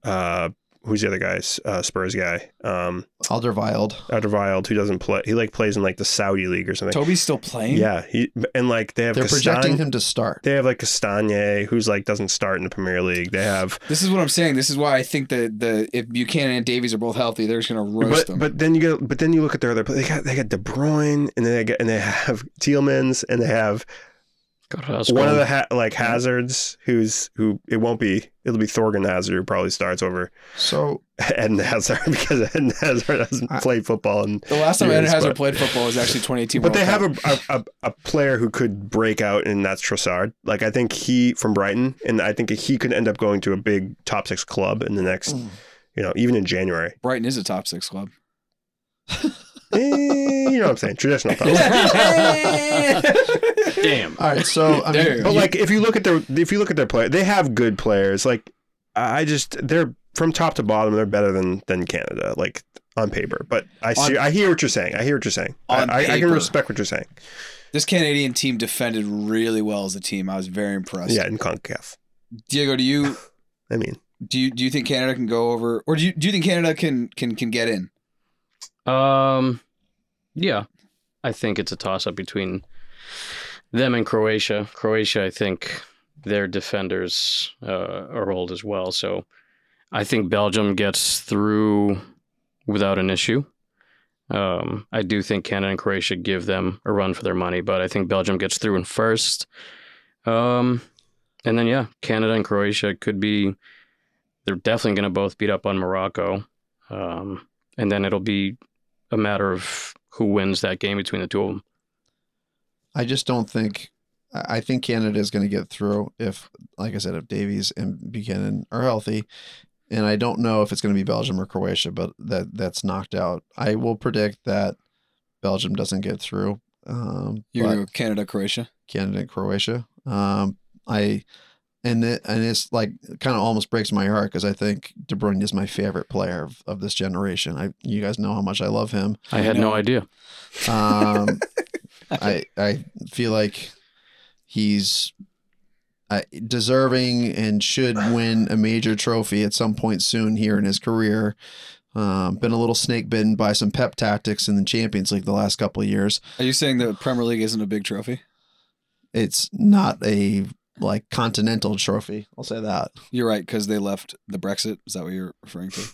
uh, who's the other guy? S- Uh, Spurs guy, um, Alderweireld. Alderweireld, who doesn't play. He like plays in like the Saudi league or something. Toby's still playing? Yeah, he, and like they have They're projecting Castan- him to start. They have like Castagne, who's like doesn't start in the Premier League. They have This is what I'm saying. This is why I think that the if Buchanan and Davies are both healthy, they're just going to But, roast them. but then you get but then you look at their other they got they got De Bruyne and then they got and they have Tealman's and they have God, I was one of going- the ha- like Hazards who's who it won't be it'll be Thorgan Hazard who probably starts over (laughs) So Eden Hazard (laughs) because Eden Hazard hasn't I- played football and the last time Yes, Eden Hazard but- played football (laughs) was actually 2018. but they World have Cup. a, a, a, a player who could break out and that's Trossard like I think he from Brighton and I think he could end up going to a big top six club in the next you know even in January Brighton is a top six club. Eh, you know what I'm saying (laughs) traditional top six. (laughs) Damn. all right, so I There mean, you But go. like, if you look at their, if you look at their player, they have good players. Like, I I just they're from top to bottom, they're better than than Canada, like on paper. But I see, On- I hear what you're saying. I hear what you're saying. I, On I, I can paper. respect what you're saying. This Canadian team defended really well as a team. I was very impressed. Yeah, in Concacaf. Diego, do you I mean, do you do you think Canada can go over, or do you do you think Canada can can can get in? Um, yeah, I think it's a toss up between them and Croatia. Croatia, I think their defenders uh, are old as well, so I think Belgium gets through without an issue. Um, I do think Canada and Croatia give them a run for their money, but I think Belgium gets through in first. Um, and then yeah, Canada and Croatia could be. They're definitely going to both beat up on Morocco. Um, and then it'll be a matter of who wins that game between the two of them. I just don't think. I I think Canada is going to get through if, like I said, if Davies and Buchanan are healthy, and I don't know if it's going to be Belgium or Croatia, but that that's knocked out. I will predict that Belgium doesn't get through. Um, You but- go Canada, Croatia. Canada and Croatia. Um, I and it, and it's like kind of almost breaks my heart because I think De Bruyne is my favorite player of, of this generation. I you guys know how much I love him. I had no No. idea. Um, I I feel like he's uh, deserving and should win a major trophy at some point soon here in his career. Um, been a little snake bitten by some pep tactics in the Champions League the last couple of years. Are you saying the Premier League isn't a big trophy? It's not a like continental trophy. I'll say that. You're right because they left the Brexit. Is that what you're referring to?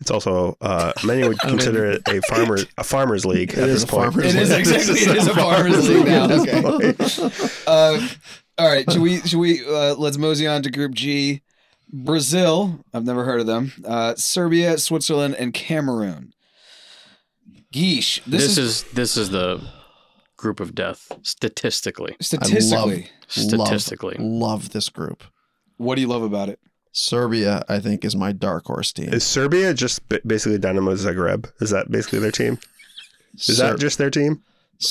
it's also uh, many would consider it a farmer a farmers league It at is this a point. farmers It is league. exactly- This it is a farmers (laughs) league now. Uh, all right. Should we? Should we? Uh, let's mosey on to Group G. Brazil. I've never heard of them. Uh, Serbia, Switzerland, and Cameroon. Geesh. This, is, this is the group of death statistically. statistically. Love- Statistically, love, this group. What do you love about it? Serbia, I think, is my dark horse team. Is Serbia just ba- basically Dynamo Zagreb? Is that basically their team? Is Ser- that just their team?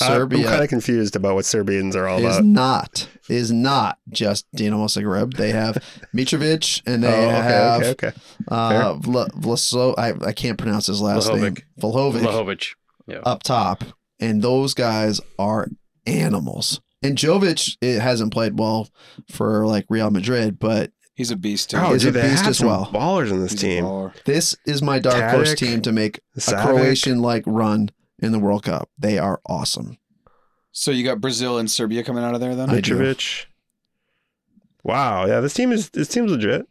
I- I'm kind Serbia of confused about what Serbians are all is about. not is not just Dinamo Zagreb. (laughs) They have Mitrovic and they oh, okay, have okay, okay. uh, Vla- Vlaso. I, I can't pronounce his last name. Vlahovic. Vlahovic. Yeah, up top, and those guys are animals. And Jovic it hasn't played well for like Real Madrid, but He's a beast too. Oh, is dude, a they beast have as some well. ballers in this He's a team. baller. this is my dark horse Tadic, team to make a Savic. Croatian like run in the World Cup. They are awesome. So you got Brazil and Serbia coming out of there then? I do. Mitrovic. Wow, yeah, this team is this team's legit.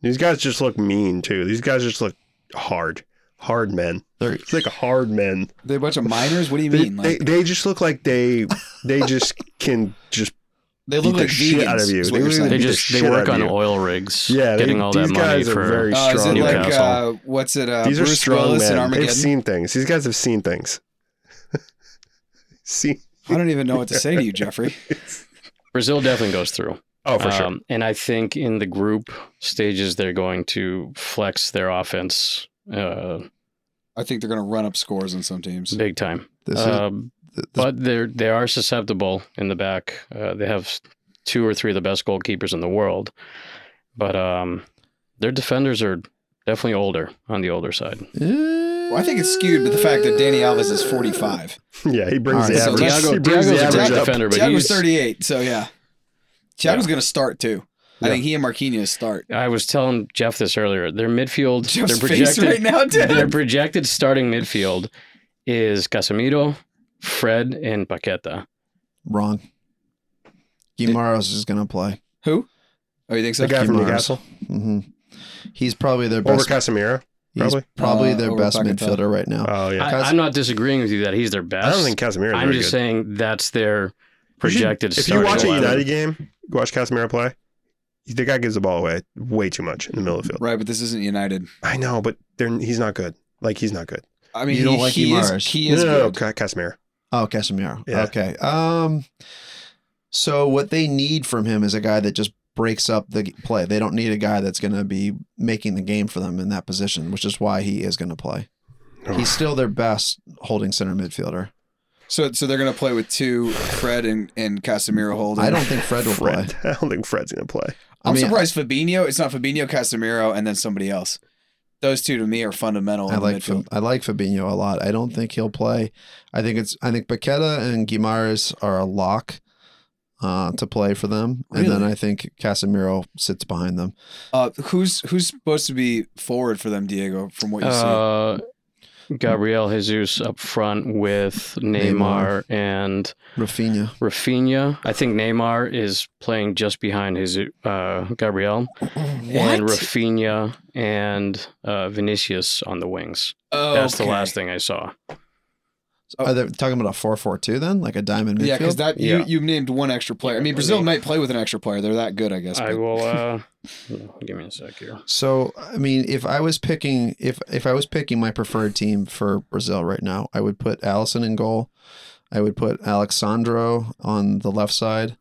These guys just look mean too. These guys just look hard, hard men. They're It's like a hard men. They're a bunch of minors? What do you They, mean? they, Like, they just look like they (laughs) they just can just they look beat the like shit vegans, out of you. is what you're They saying. beat They the just they shit out work of you. on oil rigs. yeah. They, getting all these that money guys for are very Uh, is strong. it like guys. uh, Newcastle. what's it? Uh, these are Bruce strong Willis in men. Armageddon. They've seen things. These guys have seen things. (laughs) See. I don't even know what to say to you, Jeffrey. Brazil definitely goes through. Oh, for sure. Um, and I think in the group stages, they're going to flex their offense uh, I think they're going to run up scores on some teams. big time. this is Uh, Um, th- this- but they're they are susceptible in the back. Uh, they have two or three of the best goalkeepers in the world, but um, their defenders are definitely older on the older side. eh, Well, I think it's skewed by the fact that Danny Alves is 45. Yeah, he brings All the right, so average. Thiago- he brings Thiago's the a average great up. defender, but Thiago's he's 38, so yeah. Thiago's going to start too. I Yeah. think he and Marquinhos start. I was telling Jeff this earlier. Their midfield, Jeff's their face projected, right now, their Dad. projected starting midfield is Casemiro, Fred, and Paqueta. wrong. Guimaraes is going to play. (laughs) Who? Oh, you think so? The guy from Guimaraes. Newcastle hmm He's probably their over best. Casemiro, He's probably. probably Uh, their over best Paquetá. midfielder right now. Oh yeah, I, Cas- I'm not disagreeing with you that he's their best. I don't think Casemiro. I'm just saying that's their projected. If you watch a starting United 11. game, watch Casemiro play. The guy gives the ball away way too much in the middle of the field. Right, but this isn't United. I know, but they're, he's not good. Like he's not good. I mean, You don't he, like he is, Guimaraes. he is no, no, no, good. Ca- Casemiro. Oh, Casemiro. Yeah. Okay. Um. So what they need from him is a guy that just breaks up the g- play. They don't need a guy that's going to be making the game for them in that position, which is why he is going to play. Oh. He's still their best holding center midfielder. So, so they're going to play with two, Fred and, and Casemiro holding. I don't think Fred will Fred. (laughs) play. I don't think Fred's gonna play. I I'm mean, surprised Fabinho. It's not Fabinho, Casemiro, and then somebody else. Those two to me are fundamental. I in like the midfield. Fab- I like Fabinho a lot. I don't think he'll play. I think it's I think Paqueta and Guimaraes are a lock uh, to play for them, and then Really? I think Casemiro sits behind them. Uh, who's who's supposed to be forward for them, Diego? From what you Uh, Gabriel Jesus up front with Neymar, and (clears throat) Rafinha. Rafinha. I think Neymar is playing just behind his uh, Gabriel and Rafinha and uh, Vinicius on the wings. see, oh, That's okay. the last thing I saw. Are they talking about a four-four-two then, like a diamond midfield? Yeah, because that Yeah. you you named one extra player. I mean, Brazil might play with an extra player. They're that good, I guess. I but- will. (laughs) Uh, give me a sec here. So I mean, if I was picking if if I was picking my preferred team for Brazil right now, I would put Allison in goal. I would put Alexandro on the left side.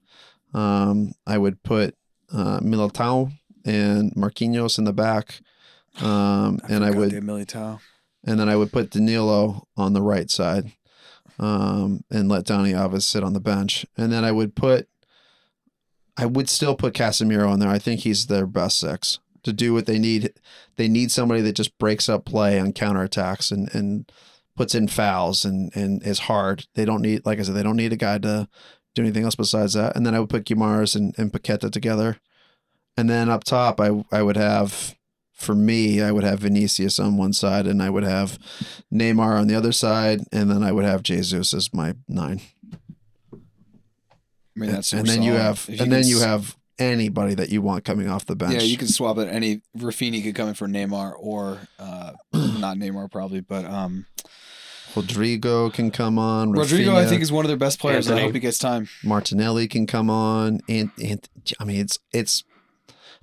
Um, I would put uh, Militao and Marquinhos in the back, um, and I forgot would they had Militao. and then I would put Danilo on the right side, um, and let Donny Alves sit on the bench, and then I would put, I would still put Casemiro in there. I think he's their best six to do what they need. They need somebody that just breaks up play on counterattacks and and puts in fouls and and is hard. They don't need, like I said, they don't need a guy to do anything else besides that. And then I would put Guimaraes and, and Paqueta together, and then up top, I I would have for me, I would have Vinicius on one side and I would have Neymar on the other side, and then I would have Jesus as my nine. I mean, that's and then you solid. have If and then can you s- have anybody that you want coming off the bench. yeah, you can swap it. Any Rafinha could come in for Neymar or (clears throat) uh, not Neymar probably, but um, Rodrigo can come on. Rodrigo. I think is one of their best players. I Anthony. hope he gets time. Martinelli can come on. And, and I mean, it's it's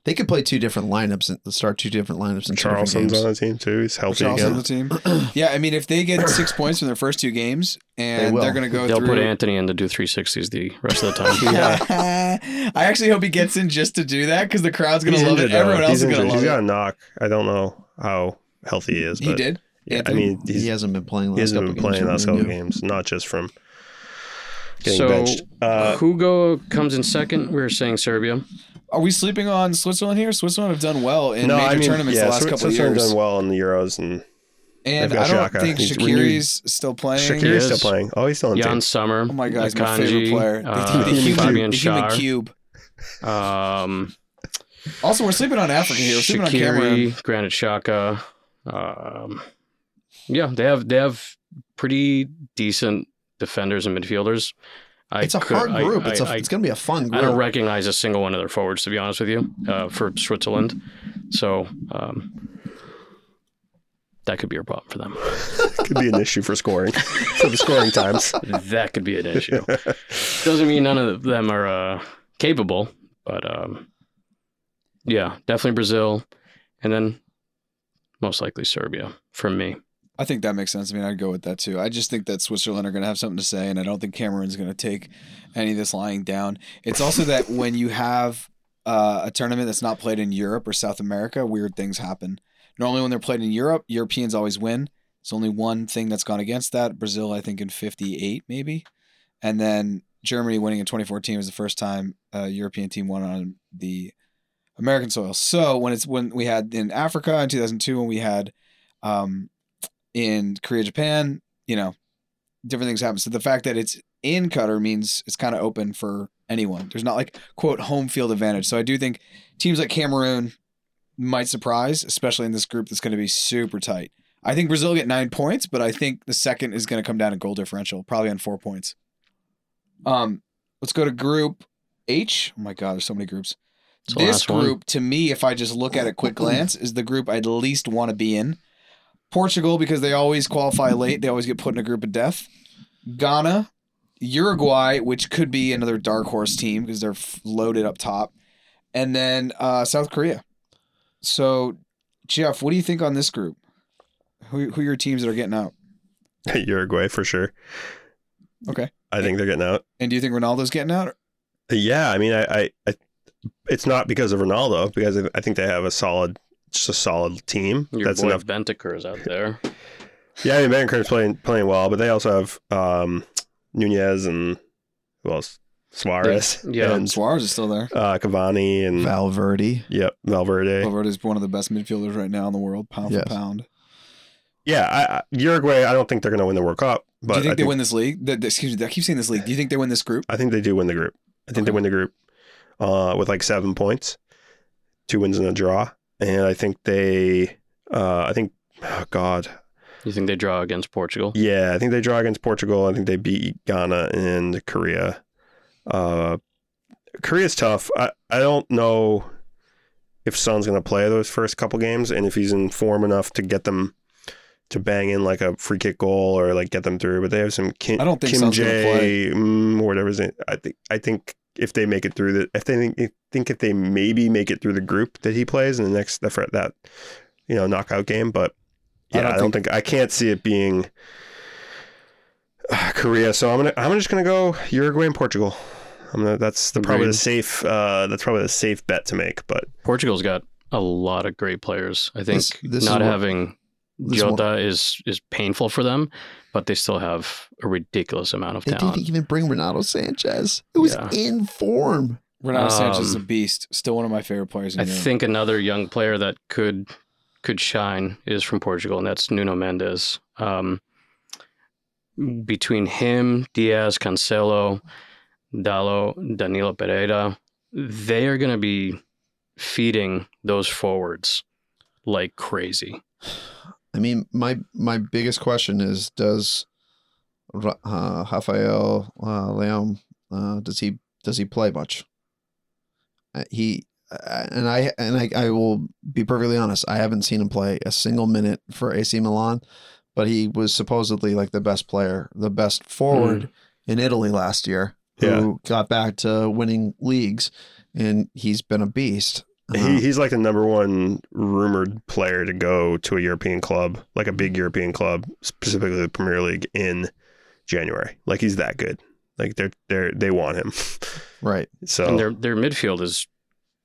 they could play two different lineups and start two different lineups in two different Charleston's games. on the team too. He's healthy Charles on again. the team. (clears throat) yeah, I mean, if they get six points from their first two games, and will. they are going to go They'll through. (laughs) put Anthony in to do 360s the rest of the time. I actually hope he gets in just to do that because the crowd's gonna He's love it. injured, though. Everyone else He's is gonna injured. love He's it. got a knock. I don't know how healthy he is. But he did. Yeah, I Anthony? mean, he's, He hasn't been playing. The he last hasn't been couple games playing with last couple Mourinho. games, not just from getting so benched. Uh, Hugo comes in second. We were saying Serbia. Are we sleeping on Switzerland here? Switzerland have done well in no, major I mean, tournaments yeah, the last Swi- couple of Switzerland years, done well in the Euros, and and They've got I don't Xhaka. think He's Shakiri's still playing. Shakiri's Yes. still playing. Oh, he's still on the Jan team. Summer. Oh my god, he's my Akanji, favorite player. The, uh, the human, Fabian the human Schär. cube. Um, Also, we're sleeping on Africa here. We're sleeping on Cameroon. Shaqiri, Granit Shaka. Um, yeah, they have they have pretty decent defenders and midfielders. I it's a could- hard I- group. I- it's a, I- it's gonna be a fun I group. don't recognize a single one of their forwards, to be honest with you, uh, for Switzerland. So um, that could be a problem for (laughs) them. Could be an issue for scoring, (laughs) for the scoring (laughs) times. that could be an issue. Doesn't mean none of them are uh, capable, but um, yeah, definitely Brazil, and then most likely Serbia from me. I think that makes sense. I mean, I'd go with that too. I just think that Switzerland are going to have something to say, and I don't think Cameron's going to take any of this lying down. It's also that when you have uh, a tournament that's not played in Europe or South America, weird things happen. Normally, when they're played in Europe, Europeans always win. It's only one thing that's gone against that. Brazil, I think, in 58, maybe. And then Germany winning in 2014 was the first time a European team won on the American soil. So when it's when we had in Africa in 2002, when we had um, in Korea, Japan, you know, different things happen. So the fact that it's in Qatar means it's kind of open for anyone. There's not like quote home field advantage. So I do think teams like Cameroon might surprise, especially in this group that's going to be super tight. I think Brazil get nine points, but I think the second is going to come down to goal differential, probably on four points. Um, let's go to Group H. Oh my God, there's so many groups. It's the This last one. group, to me, if I just look at a quick glance, is the group I'd least want to be in. Portugal, because they always qualify late, they always get put in a group of death. Ghana, Uruguay, which could be another dark horse team because they're f- loaded up top, and then uh, South Korea. So, Jeff, what do you think on this group? Who, who are your teams that are getting out? (laughs) Uruguay for sure. Okay. I think they're getting out. And do you think Ronaldo's getting out? Yeah, I mean, I, I, I it's not because of Ronaldo, because I think they have a solid, just a solid team. Your That's boy enough. Bentaker is out there. Yeah, I mean, Vancouver's playing playing well, but they also have um, Nunez and who else? Suarez. Yeah. And Suarez is still there. uh, Cavani and Valverde. yep, Valverde. Valverde is one of the best midfielders right now in the world, pound Yes. for pound. Yeah, I, I, Uruguay. I don't think they're going to win the World Cup, but do you think I, they think, win this league? The, the- excuse me, I keep saying this league. Do you think they win this group? I think they do win the group. I think they Okay. win the group uh, with like seven points, two wins and a draw, and I think they. Uh, I think, oh God, You think they draw against Portugal? yeah, I think they draw against Portugal. I think they beat Ghana and Korea. Uh, Korea's tough. I, I don't know if Son's going to play those first couple games and if he's in form enough to get them to bang in like a free kick goal or like get them through. But they have some Kim, I don't think Kim Son's gonna Jae, mm, or whatever his name. I think I think if they make it through the if they think, I think if they maybe make it through the group that he plays in the next the fr- that you know knockout game, but I yeah, I don't don't, think, I can't see it being uh, (sighs) Korea. So I'm gonna I'm just gonna go Uruguay and Portugal. I'm gonna, that's the, probably the Agreed. safe uh, that's probably the safe bet to make, but. Portugal's got a lot of great players. I think This- this is not what- having This one- Jota is is painful for them, but they still have a ridiculous amount of They talent. didn't even bring Renato Sanchez. It was Yeah. in form. Renato Sanchez is a Um, beast. Still one of my favorite players in I Europe. think another young player that could could shine is from Portugal, and that's Nuno Mendes. Um, between him, Diaz, Cancelo, Dalo, Danilo Pereira, they are going to be feeding those forwards like crazy. I mean, my my biggest question is: Does Ra- uh, Rafael uh, Leon uh, does he does he play much? Uh, he uh, and I and I, I will be perfectly honest. I haven't seen him play a single minute for AC Milan, but he was supposedly like the best player, the best forward in Italy last year, who Mm. Yeah. got back to winning leagues, and he's been a beast. Uh, He, he's like the number one rumored player to go to a European club, like a big European club, specifically the Premier League in January. Like he's that good. Like they're they're they want him. (laughs) right. So And their their midfield is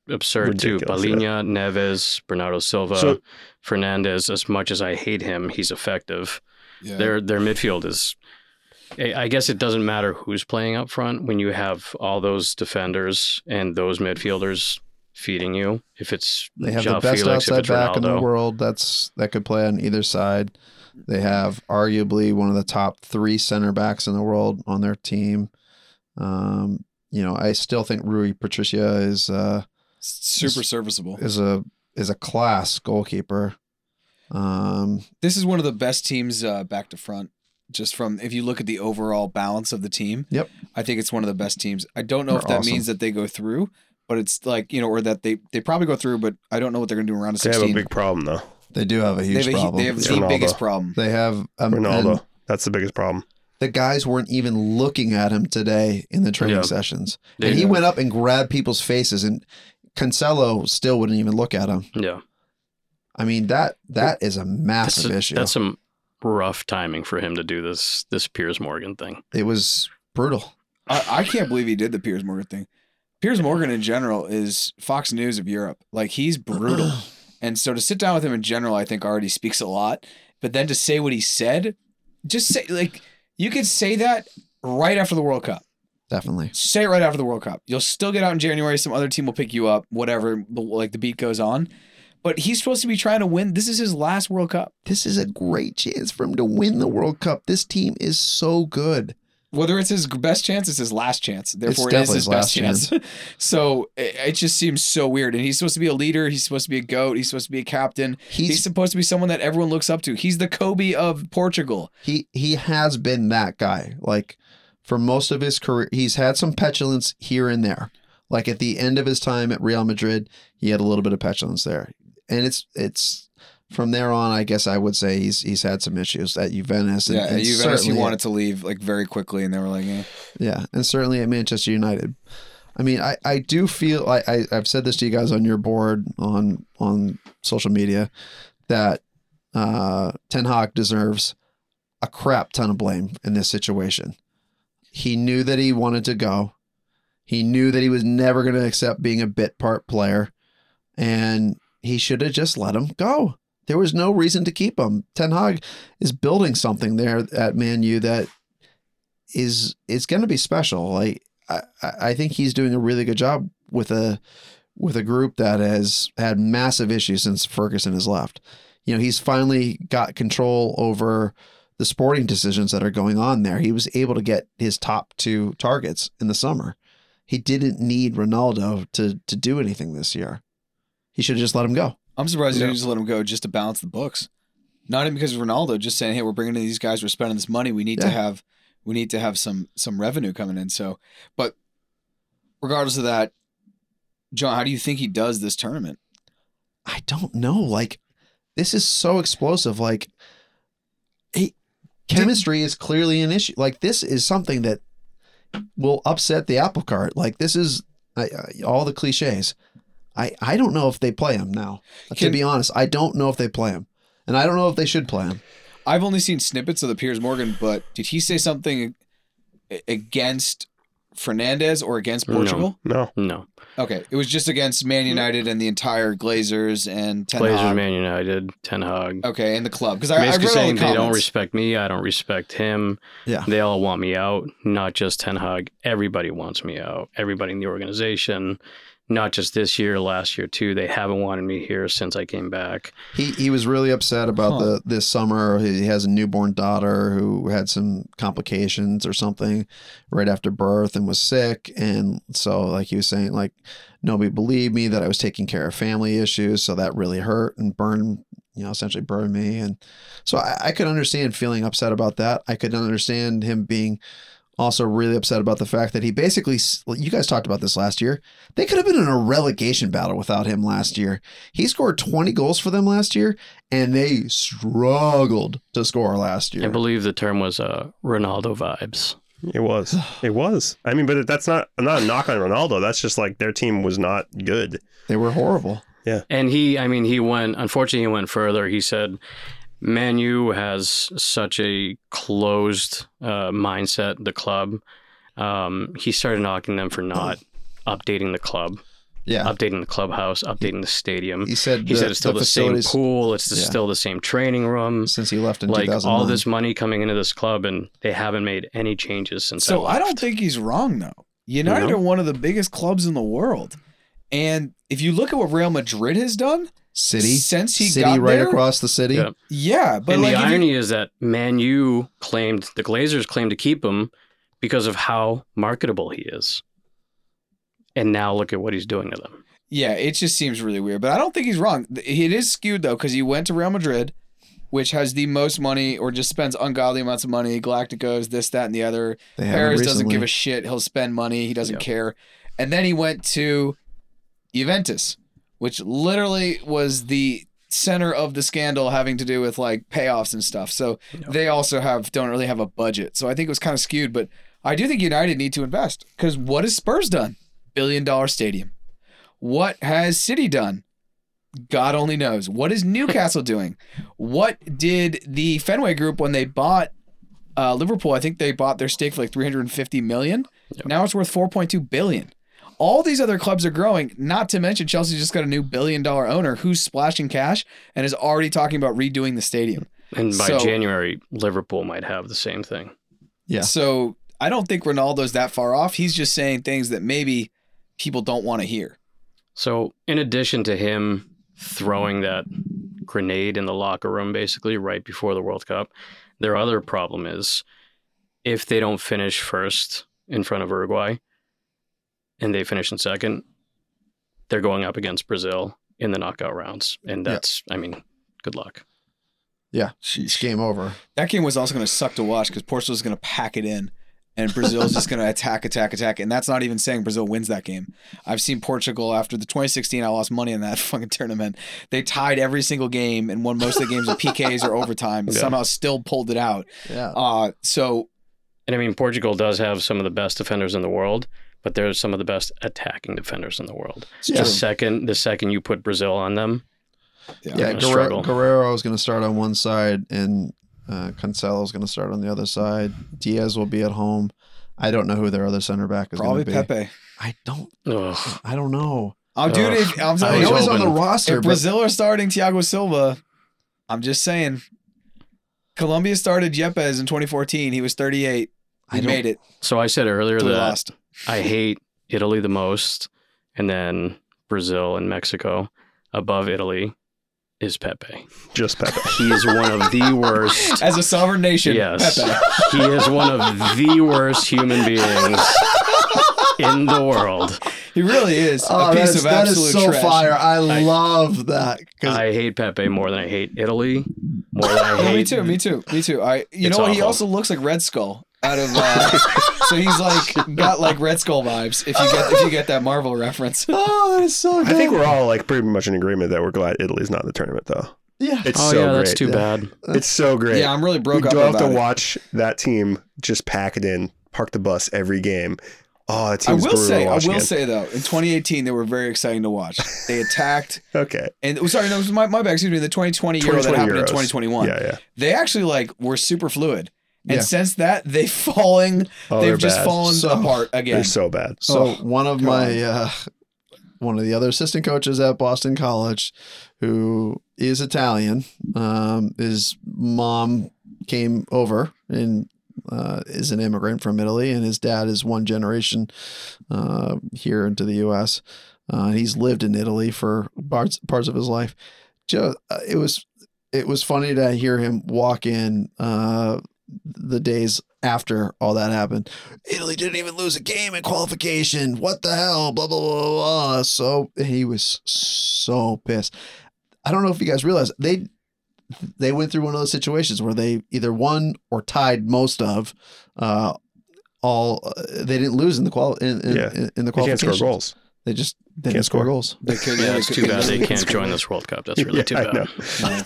absurd too. Ridiculous, yeah. Balinha, Neves, Bernardo Silva, So- Fernandez. As much as I hate him, he's effective. yeah. Their their midfield is. I I guess it doesn't matter who's playing up front when you have all those defenders and those midfielders feeding you. If it's They have Ja the Felix, best if outside it's back in the Ronaldo. world. That's that could play on either side. They have arguably one of the top three center backs in the world on their team. Um, you know, I still think Rui Patricia is uh, super serviceable. is a is a class goalkeeper. Um, This is one of the best teams uh, back to front just from if you look at the overall balance of the team. Yep. I think it's one of the best teams. I don't know if They're that awesome. means that they go through, but it's like, you know, or that they they probably go through, but I don't know what they're going to do in round of They have a 16. big problem though. They do have a They huge have, a, hu- problem. they have It's the Ronaldo. biggest problem. They have, um, Ronaldo. and That's the biggest problem. The guys weren't even looking at him today in the training Yeah. sessions, They- and he went up and grabbed people's faces, and Cancelo still wouldn't even look at him. yeah. I mean that that is a That's, massive a- issue. that's some rough timing for him to do this this Piers Morgan thing. it was brutal. I, I can't believe he did the Piers Morgan thing. Piers Morgan in general is Fox News of Europe. Like he's brutal. and so to sit down with him in general, I think already speaks a lot. But then to say what he said, just say like you could say that right after the World Cup. Definitely. Say it right after the World Cup. You'll still get out in January. Some other team will pick you up, whatever, the- like the beat goes on. But he's supposed to be trying to win. This is his last World Cup. This is a great chance for him to win the World Cup. This team is so good. Whether it's his best chance, it's his last chance. Therefore, it is definitely his his best chance. last (laughs) so it, it just seems so weird. And he's supposed to be a leader. He's supposed to be a goat. He's supposed to be a captain. He's, He's supposed to be someone that everyone looks up to. He's the Kobe of Portugal. he he has been that guy. Like for most of his career, he's had some petulance here and there. Like at the end of his time at Real Madrid, he had a little bit of petulance there, and it's it's from there on. I guess I would say he's he's had some issues at Juventus. And, yeah, and and Juventus, he certainly- wanted to leave like very quickly, and they were like, eh. Yeah, and certainly at Manchester United. I mean, I, I do feel I, I I've said this to you guys on your board on on social media that uh, Ten Hag deserves a crap ton of blame in this situation. He knew that he wanted to go. He knew that he was never going to accept being a bit part player, and he should have just let him go. There was no reason to keep him. Ten Hag is building something there at Man U that is it's going to be special. Like I, I I think he's doing a really good job with a with a group that has had massive issues since Ferguson has left. You know, he's finally got control over the sporting decisions that are going on there. He was able to get his top two targets in the summer. He didn't need Ronaldo to to do anything this year. He should have just let him go. I'm surprised they Yeah. didn't just let him go just to balance the books. Not even because of Ronaldo, just saying, hey, we're bringing in these guys, we're spending this money, we need to Yeah. have, we need to have some some revenue coming in. So, but regardless of that, John, how do you think he does this tournament? I don't know. Like, this is so explosive. Like, he, chemistry is clearly an issue. Like, this is something that will upset the apple cart. Like, this is I, I, all the cliches. I, I don't know if they play him now. to Can- be honest, I don't know if they play him, and I don't know if they should play him. I've only seen snippets of the Piers Morgan, but did he say something a- against Fernandez or against No. Portugal? No. No. Okay, it was just against Man United and the entire Glazers and Ten Blazers, Hag. Man United, Ten Hag. Okay, and the club because I, I read Basically all the saying they don't comments. respect me. I don't respect him. Yeah. They all want me out. Not just Ten Hag. Everybody wants me out. Everybody in the organization. Not just this year, last year too. They haven't wanted me here since I came back. He he was really upset about Huh. the this summer. He has a newborn daughter who had some complications or something right after birth and was sick. And so like he was saying, like nobody believed me that I was taking care of family issues. So that really hurt and burned, you know, essentially burned me. And so I, I could understand feeling upset about that. I could understand him being also really upset about the fact that he basically s- you guys talked about this last year they could have been in a relegation battle without him last year he scored 20 goals for them last year and they struggled to score last year I believe the term was uh, Ronaldo vibes. It was. It was. I mean, but that's not not a knock on Ronaldo. That's just like their team was not good. they were horrible And he, I mean, he went, unfortunately, he went further. He said, Man U has such a closed uh, mindset, the club. Um, he started knocking them for not updating the club, yeah updating the clubhouse, updating the stadium. he said He the- said it's still the, same facilities pool, it's the, Yeah. still the same training room. since he left in Like 2009 all this money coming into this club, and they haven't made any changes since. So I left. don't think he's wrong though. United No. are one of the biggest clubs in the world, and if you look at what Real Madrid has done city since he city got right there, across the city Yeah. yeah. But and like, the if you- irony is that Man U claimed the Glazers claimed to keep him because of how marketable he is. And now look at what he's doing to them. yeah, it just seems really weird. But I don't think he's wrong. It is skewed though because he went to Real Madrid, which has the most money or just spends ungodly amounts of money. Galacticos, this, that, and the other. They haven't Paris doesn't recently. give a shit. He'll spend money. He doesn't Yep. care. And then he went to Juventus, which literally was the center of the scandal having to do with like payoffs and stuff. So Yep. they also have don't really have a budget. So I think it was kind of skewed, but I do think United need to invest cuz what has Spurs done? Billion dollar stadium. What has City done? God only knows. What is Newcastle doing? What did the Fenway Group when they bought uh, Liverpool? I think they bought their stake for like 350 million. Yep. Now it's worth 4.2 billion. All these other clubs are growing. Not to mention Chelsea just got a new billion dollar owner who's splashing cash and is already talking about redoing the stadium. And by So- January, Liverpool might have the same thing. Yeah. So I don't think Ronaldo's that far off. He's just saying things that maybe people don't want to hear. So, in addition to him throwing that grenade in the locker room basically right before the World Cup, their other problem is if they don't finish first in front of Uruguay and they finish in second, they're going up against Brazil in the knockout rounds. And Yeah. that's, I mean, good luck. Yeah. It's game over. That game was also going to suck to watch because Portugal's going to pack it in, and Brazil's just going to attack, attack, attack. And that's not even saying Brazil wins that game. I've seen Portugal after the 2016. I lost money in that (laughs) fucking tournament. They tied every single game and won most of the games with PKs or overtime. and Yeah. Somehow still pulled it out. Yeah. Uh, so And I mean, Portugal does have some of the best defenders in the world, but they're some of the best attacking defenders in the world. Yeah. The second, the second you put Brazil on them, Yeah, gonna Guerrero, struggle. Guerrero is going to start on one side, and uh, Cancelo is going to start on the other side. Diaz will be at home. I don't know who their other center back is going probably to be. Pepe. I don't. ugh, I don't know. I'll do it. If, I'm I telling I was know he's you, on the hoping- roster, if but Brazil are starting Thiago Silva, I'm just saying. Colombia started Yepes in 2014. He was 38. I He don't- made it. So I said earlier We that lost. I hate Italy the most, and then Brazil and Mexico above Italy is Pepe. Just Pepe. He is one of the worst. As a sovereign nation, Yes, Pepe. he is one of the worst human beings in the world. He (laughs) really is Oh, a that piece is, of that absolute is so trash. fire. I, love that. 'cause I hate Pepe more than I hate Italy. More than I Yeah, hate. Oh, me too. Me too. Me too. I. You It's know what? He awful. also looks like Red Skull out of. Uh, so he's like got like Red Skull vibes. If you get if you get that Marvel reference. oh, that is so good. I think we're all like pretty much in agreement that we're glad Italy's not in the tournament though. yeah. It's Oh so yeah, great. that's too bad. It's so great. Yeah, I'm really we broke up do have about to it. watch that team just pack it in, park the bus every game. Oh, that I team's will brutal say, to I will watch again. say though, in 2018 they were very exciting to watch. They attacked, Okay. and oh, sorry, no, it was my, my bad. Excuse me, the 2020 Euro that 2020 happened in Euros. 2021. Yeah, yeah. They actually like were super fluid, and Yeah. since that they've falling, Oh, they're they've just bad. fallen So- apart again. They're so bad. So Oh, one of God. my uh, one of the other assistant coaches at Boston College, who is Italian, um, his mom came over and uh, is an immigrant from Italy, and his dad is one generation uh, here into the U.S. Uh, he's lived in Italy for parts parts of his life. Just, uh, it was it was funny to hear him walk in uh, the days after all that happened. Italy didn't even lose a game in qualification. What the hell? Blah blah blah blah. blah. So he was so pissed. I don't know if you guys realize they they went through one of those situations where they either won or tied most of uh, all. Uh, they didn't lose in the qual in, in, Yeah. in, They in the can't qualification. score goals. They just they Can't didn't score score. goals. They could- Yeah, they it's could- too bad they literally- can't join this World Cup. That's (laughs) really Yeah, too I know. bad.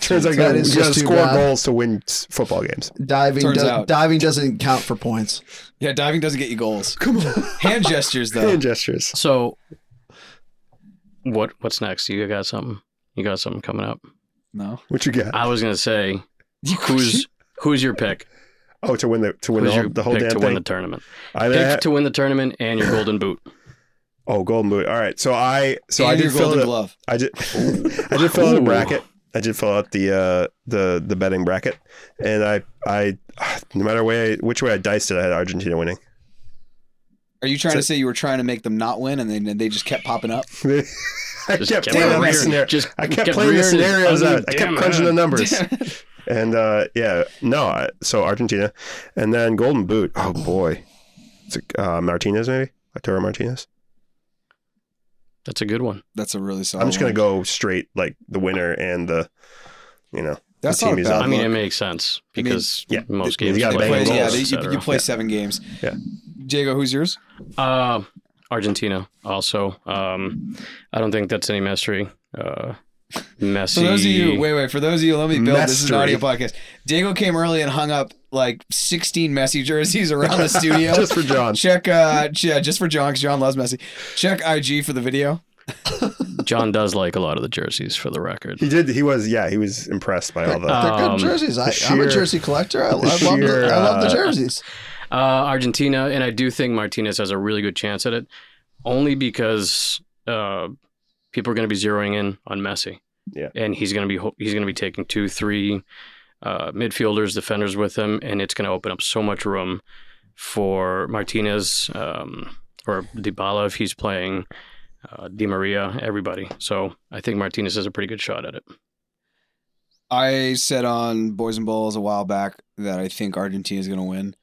(laughs) Turns out you That gotta, is you gotta just too score bad. goals to win s- football games. Diving Turns does, out- diving doesn't count for points. Yeah, diving doesn't get (laughs) you goals. Come on. Hand gestures though. Hand gestures. So, what what's next? You got something? You got something coming up? No. What you got? I was gonna (laughs) say, who's who's your pick? Oh, to win the to win Who's the your whole, the whole pick damn to win the thing. tournament? I, Pick I, to win the tournament and your (laughs) golden boot. oh, golden boot. All right. So I so I and did your fill golden it. up- glove. I did (laughs) I did fill out a Ooh. bracket. I did fill out the uh the the betting bracket, and I I no matter way which way I diced it, I had Argentina winning. (laughs) Are you trying So- to say you were trying to make them not win and then and they just kept popping up? I Just kept kept playing the rearing- scenario. just I kept kept playing the rearing- scenarios I mean, out. I kept Oh, damn, crunching man. the (laughs) numbers. And uh, yeah, no. I, so Argentina, and then Golden Boot. Oh boy, it's uh, Martinez maybe Arturo Martinez. That's a good one. That's a really solid. Oh. I'm just gonna one. go straight like the winner and the, you know, That's team not a he's bad. on. I mean, look. it makes sense mean, because yeah, most you games gotta play bang Play- Bengals, yeah, goals, they, et you, cetera. you play seven games. Yeah. Diego, who's yours? Uh, Argentina also. Um, I don't think that's any mystery. Uh, Messi. For those of you, wait, wait. For those of you, let me build. This is an Mestery. audio podcast. Diego came early and hung up like 16 Messi jerseys (laughs) around the studio. Just for John. Check, uh, yeah, just for John, because John loves Messi. Check IG for the video. John does like a lot of the jerseys for the record. He did. He was. Yeah, he was impressed by all the. Uh, They're good Um, jerseys. I, the I'm a sheer- jersey collector. I, I, the love, sheer, the, I love the uh, jerseys. Uh, Argentina, and I do think Martinez has a really good chance at it, only because uh, people are going to be zeroing in on Messi. Yeah. and he's going to be ho- he's going to be taking two, three uh, midfielders, defenders with him, and it's going to open up so much room for Martinez um, or DiBala if he's playing. Uh, Di Maria, everybody. So I think Martinez has a pretty good shot at it. I said on Boys and Balls a while back that I think Argentina is going to win.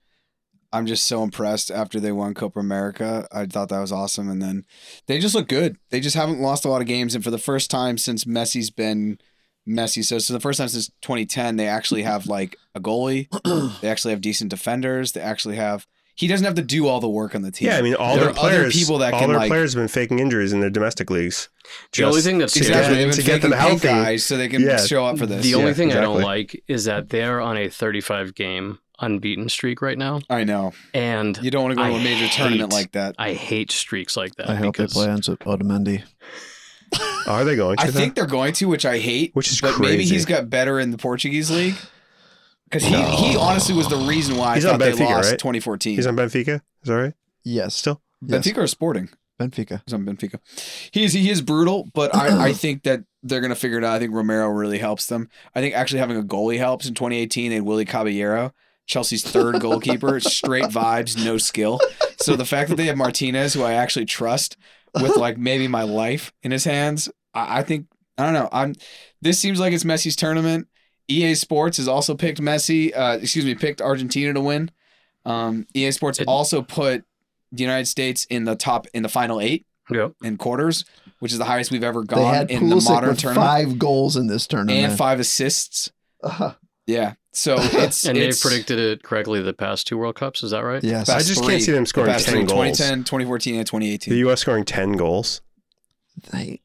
I'm just so impressed after they won Copa America. I thought that was awesome, and then they just look good. They just haven't lost a lot of games, and for the first time since Messi's been Messi, so so the first time since 2010, they actually have like a goalie. (clears throat) they actually have decent defenders. They actually have. He doesn't have to do all the work on the team. yeah, I mean, all There their are other players, people that all can, their like- players have been faking injuries in their domestic leagues. The only Just- thing that's Exactly. exactly. Yeah, They've to been get them faking pink healthy. eyes so they can Yeah. show up for this. The only Yeah, thing I exactly. don't like is that they're on a 35 game unbeaten streak right now, I know and you don't want to go to a I major tournament hate- like that. I hate streaks like that. I hope they because play on Otamendi. Are they going to? I though? think they're going to, which I hate. Which is but crazy. maybe he's got better in the Portuguese league because he, No. he honestly was the reason why He's I on thought they Benfica, lost right? 2014. He's on Benfica. Is that right? Yes, Still. yes. Benfica or Sporting? Benfica. He's on Benfica. He is he is brutal, but I, I think that they're gonna figure it out. I think Romero really helps them. I think actually having a goalie helps. In 2018, they had Willie Caballero, Chelsea's third goalkeeper, straight vibes, no skill. So the fact that they have Martinez, who I actually trust, with like maybe my life in his hands, I, I think I don't know. I'm. This seems like it's Messi's tournament. EA Sports has also picked Messi. Uh, excuse me, picked Argentina to win. Um, EA Sports It- also put the United States in the top in the final eight Yep. in quarters, which is the highest we've ever They gone had in the Pulisic modern with tournament, five goals in this and tournament. five assists. Uh, Yeah, (laughs) so it's And it's they've predicted it correctly the past two World Cups. Is that right? yes. I Past just three. can't see them the scoring past three, ten goals. 2010, 2014, and 2018. The U.S. scoring ten goals. I-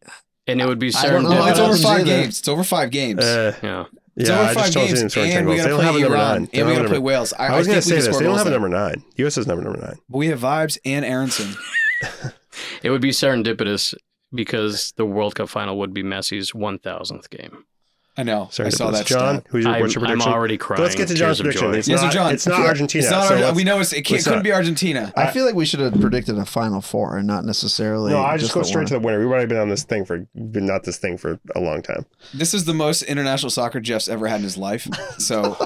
And it would be Oh, I don't know no, what it's serendipitous. over happens five either. games. It's over five games. Uh, Yeah. it's yeah, over I five just don't see games, them scoring ten and we goals. They got to don't have a play number nine. Iran, They and don't we have got a to play number- Wales. I, I was going gonna to say this. They don't have a number nine. U.S. has number number nine. We have vibes and Aronson. It would be serendipitous because the World Cup final would be Messi's 1000th game. I know. Sorry, I saw that. John. stat. Who's your, I'm, what's your I'm prediction? already crying. let's get to John's tears of prediction. joy. It's Yeah, so not. John, it's not yeah. Argentina. It's not so Arge- let's- we know it's, it, can't, let's couldn't not- be Argentina. I feel like we should have predicted a final four and not necessarily. No, I just go the straight one. to the winner. We've already been on this thing for been not this thing for a long time. This is the most international soccer Jeff's ever had in his life. So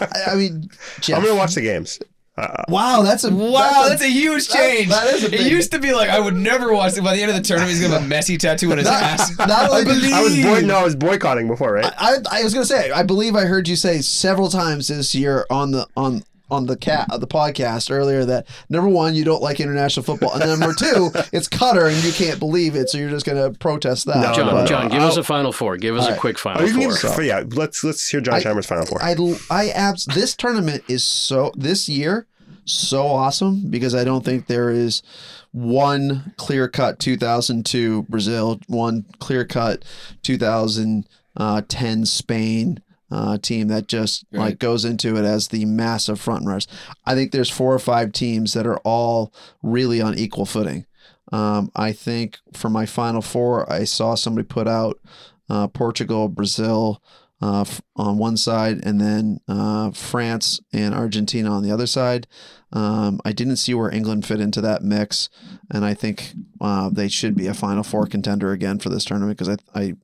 I, I mean, Jeff. I'm gonna watch the games. Uh, Wow, that's a Wow, that's a huge change. that is a big- It used to be like I would never watch it. By the end of the tournament, he's gonna have a messy tattoo on his ass. not only I believe. I was boy- (laughs) no, I was boycotting before, right? I, I was gonna say I believe I heard you say several times this year on the on on the cat the podcast earlier that number one you don't like international football and number (laughs) two it's Qatar and you can't believe it so you're just gonna protest that. No, John, no, no. John, give us a final four. Give us All a right. quick final Oh, you can four. give us- yeah, let's let's hear John I- Chalmers' final four. I I abs this tournament is so this year so awesome because I don't think there is one clear cut 2002 Brazil, one clear cut 2010 Spain uh, team that just Right. like goes into it as the massive front runners. I think there's four or five teams that are all really on equal footing. Um, I think for my final four, I saw somebody put out uh, Portugal, Brazil, uh, f- on one side, and then uh, France and Argentina on the other side. Um, I didn't see where England fit into that mix, and I think uh, they should be a Final Four contender again for this tournament because I, I,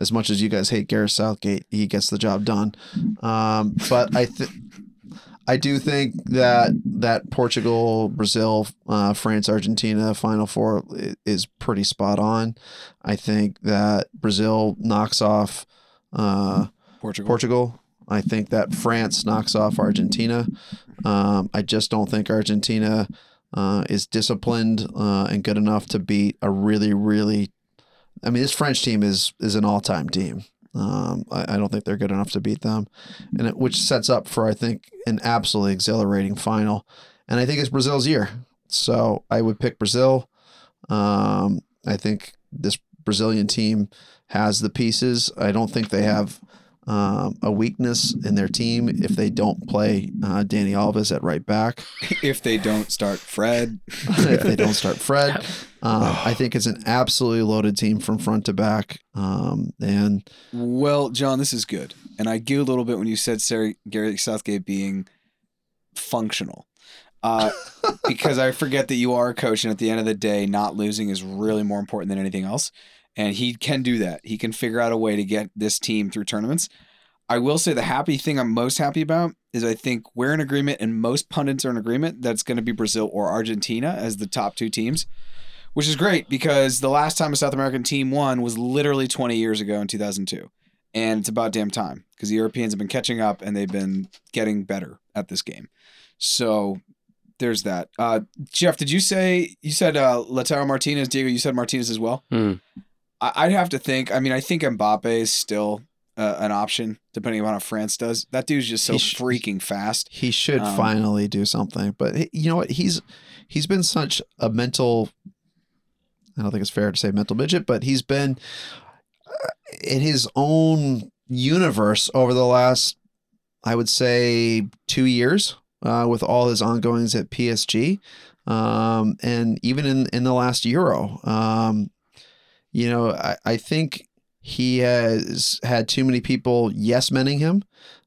as much as you guys hate Gareth Southgate, he gets the job done. Um, but I think. I do think that that Portugal, Brazil, uh, France, Argentina final four i- is pretty spot on. I think that Brazil knocks off uh, Portugal. Portugal. I think that France knocks off Argentina. Um, I just don't think Argentina uh, is disciplined uh, and good enough to beat a really, really. I mean, this French team is is an all time team. Um, I, I don't think they're good enough to beat them, and it, which sets up for I think an absolutely exhilarating final. And I think it's Brazil's year, so I would pick Brazil. Um, I think this Brazilian team has the pieces. I don't think they have um, a weakness in their team if they don't play uh, Danny Alves at right back. if they don't start Fred. if they don't start Fred. Um, I think it's an absolutely loaded team from front to back. Um, and Well, John, this is good. And I giggled a little bit when you said Sarah, Gary Southgate being functional. Uh, because I forget that you are a coach, and at the end of the day, not losing is really more important than anything else. And he can do that. He can figure out a way to get this team through tournaments. I will say the happy thing I'm most happy about is I think we're in agreement, and most pundits are in agreement that's going to be Brazil or Argentina as the top two teams, which is great because the last time a South American team won was literally 20 years ago in 2002. And it's about damn time because the Europeans have been catching up and they've been getting better at this game. So there's that. Uh, Jeff, did you say you said uh, Lautaro Martinez, Diego? You said Martinez as well. Hmm. I, I'd have to think. I mean, I think Mbappe is still uh, an option depending on how France does. That dude's just so He sh- freaking fast. he should Um, finally do something. But he- you know what? He's he's been such a mental. I don't think it's fair to say mental midget, but he's been uh, in his own universe over the last, I would say, two years uh, with all his ongoings at PSG, um, and even in in the last Euro. Um, you know, I, I think he has had too many people yes menning him.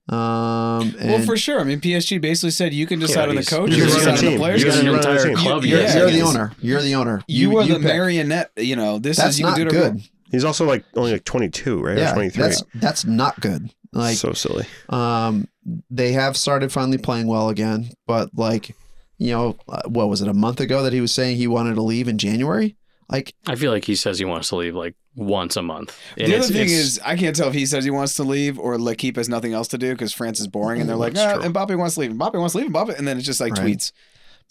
Um, and well, for sure. I mean, PSG basically said you can decide on the he's- coach, you're you can running decide the on the team. players. You're You, You're an running the entire team. club. You're- yes. you're the yes. owner. You're the owner. are the pick. marionette. You know, this That's is you not can do it. good. He's also like only like 22, right? or Yeah, 23. that's that's not good. Like, so (sighs) silly. um, they have started finally playing well again, but like, you know, uh, what was it a month ago that he was saying he wanted to leave in January? Like, I feel like he says he wants to leave like once a month. And The other it's- thing it's- is, I can't tell if he says he wants to leave or L'Equipe has nothing else to do because France is boring, and they're like, That's "Ah, true. Mbappe wants to leave, Mbappe wants to leave, Mbappe, and then it's just like Right. tweets.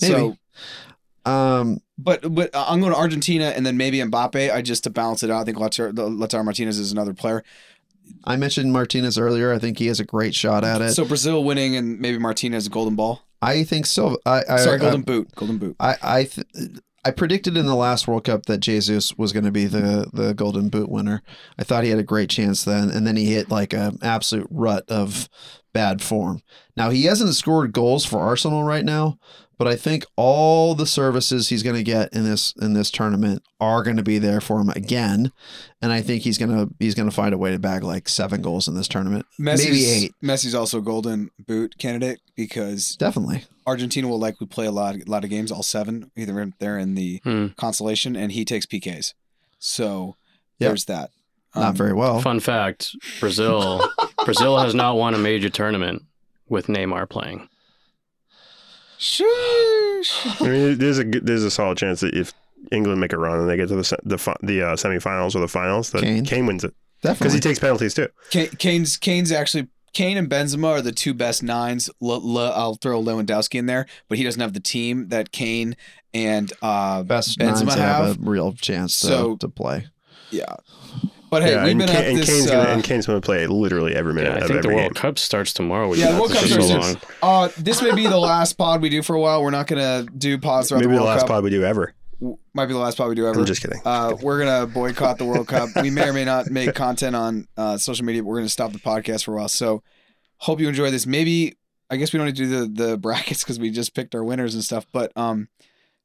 Maybe. So, um, but but uh, I'm going to Argentina and then maybe Mbappe. I just to balance it out. I think Lautaro, Lautaro Martinez is another player. I mentioned Martinez earlier. I think he has a great shot at it. So Brazil winning and maybe Martinez a golden ball. I think Silva. I, I uh, Sorry, I- golden boot, golden boot. I I th- I predicted in the last World Cup that Jesus was going to be the the Golden Boot winner. I thought he had a great chance then, and then he hit like an absolute rut of bad form. Now he hasn't scored goals for Arsenal right now, but I think all the services he's going to get in this in this tournament are going to be there for him again, and I think he's gonna he's gonna find a way to bag like seven goals in this tournament, Messi's, maybe eight. Messi's also a golden boot candidate because Definitely, Argentina will likely play a lot, a lot of games, all seven. Either they're in the Hmm. consolation, and he takes PKs. So Yeah. there's that. Um, not very Oh. well. Fun fact: (laughs) Brazil, Brazil has not won a major tournament with Neymar playing. Sheesh. (laughs) I mean, there's a good- there's a solid chance that if England make a run and they get to the se- the fi- the uh, semifinals or the finals, that Kane. Kane, wins it because Definitely, he takes penalties too. Ka- Kane's Kane's actually Kane and Benzema are the two best nines. L- L- I'll throw Lewandowski in there, but he doesn't have the team that Kane and uh, best Benzema nines that have, have. a real chance to, So- to play. yeah. But hey, yeah, we've and, been Kane, at and this. Kane's gonna uh, and Kane's gonna play literally every minute Yeah, I of think the every World game. Cup starts tomorrow. We've Yeah, the been at World this Cup for starts so this- long. Uh, this may be the last pod we do for a while. We're not gonna do pods throughout Maybe the the World last Cup. pod we do ever. W- Might be the last pod we do ever. I'm just kidding. Uh, we're gonna boycott the World Cup. We may or may not make content on uh, social media. But we're gonna stop the podcast for a while. So hope you enjoy this. Maybe I guess we don't need to do the (laughs) the brackets because we just picked our winners and stuff. But um,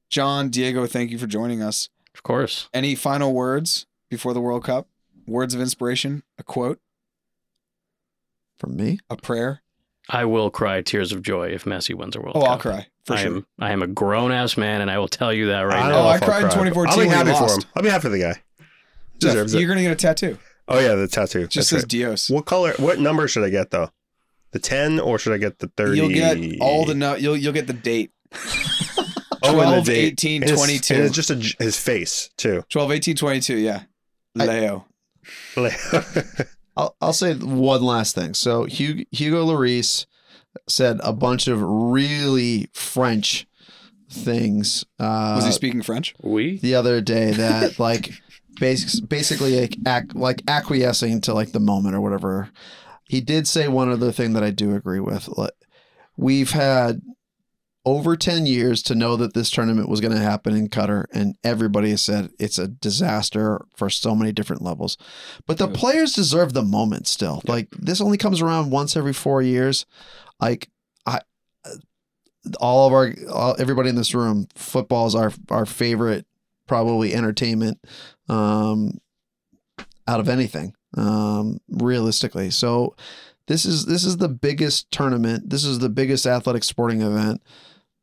John Diego, thank you for joining us. Of course. Any final words before the World Cup? Words of inspiration, a quote, From me, a prayer. I will cry tears of joy if Messi wins a World Oh, Cup. I'll cry for I sure. am I am a grown ass man, and I will tell you that right don't now. know I if I'll cried in cry, but 2014 I'll be when he happy for him. lost. I'll be happy for the guy. Jeff, Deserves you're it. gonna get a tattoo. Oh yeah, the tattoo. Just That's says Dios. right. What color? What number should I get though? The ten or should I get the thirty? You'll get all the no, you'll you'll get the date. oh, and 12, the date. 18, And it's- 22. And it's just a j his face too. (laughs) 12, 18, 22, yeah. I- Leo. Like- I'll, I'll say one last thing. So Hugo, Hugo Lloris said a bunch of really French things uh, uh, Was he speaking French? We the other day that like bas- basically like, ac- like acquiescing to like the moment or whatever. He did say one other thing that I do agree with. Like, We've had over 10 years to know that this tournament was going to happen in Qatar and everybody has said it's a disaster for so many different levels. But the Yeah. players deserve the moment still. Yeah. Like this only comes around once every 4 years. Like I uh, all of our all, everybody in this room football is our our favorite probably entertainment um out of anything um realistically. So this is this is the biggest tournament. This is the biggest athletic sporting event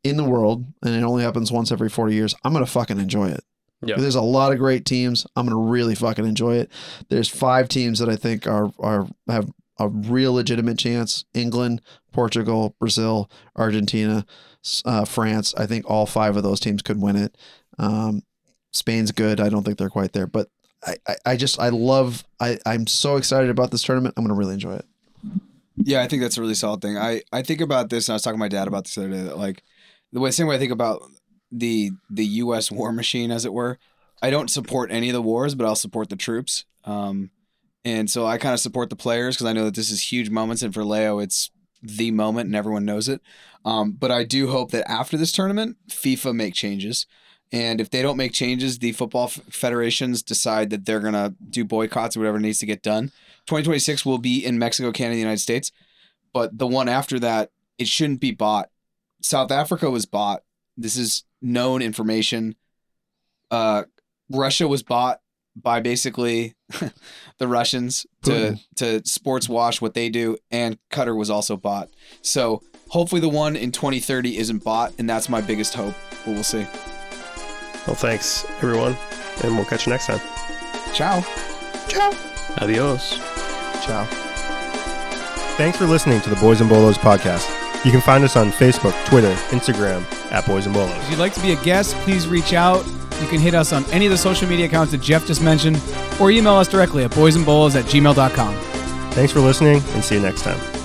in the world, and it only happens once every 40 years. I'm gonna fucking enjoy it. Yeah. There's a lot of great teams. I'm gonna really fucking enjoy it. There's five teams that I think are are have a real legitimate chance: England, Portugal, Brazil, Argentina, s- uh, France. I think all five of those teams could win it. Um, Spain's good. I don't think they're quite there, but I, I, I just I love I I'm so excited about this tournament. I'm gonna really enjoy it. Yeah, I think that's a really solid thing. I, I think about this, and I was talking to my dad about this the other day. That like the way, same way I think about the the U.S. war machine, as it were. I don't support any of the wars, but I'll support the troops. Um, and so I kind of support the players because I know that this is huge moments, and for Leo, it's the moment, and everyone knows it. Um, but I do hope that after this tournament, FIFA make changes. And if they don't make changes, the football f- federations decide that they're gonna do boycotts or whatever needs to get done. 2026 will be in Mexico, Canada, and the United States, but the one after that, it shouldn't be bought. South Africa was bought. This is known information. Uh, Russia was bought by basically (laughs) the Russians to to sports wash what they do, and Qatar was also bought. So hopefully, the one in 2030 isn't bought, and that's my biggest hope. But we'll see. Well, thanks, everyone, and we'll catch you next time. Ciao. Adios. Ciao. Thanks for listening to the Boys and Bolos podcast. You can find us on Facebook, Twitter, Instagram at Boys and Bolos. If you'd like to be a guest, please reach out. You can hit us on any of the social media accounts that Jeff just mentioned, or email us directly at boysandbowls at gmail.com. Thanks for listening, and see you next time.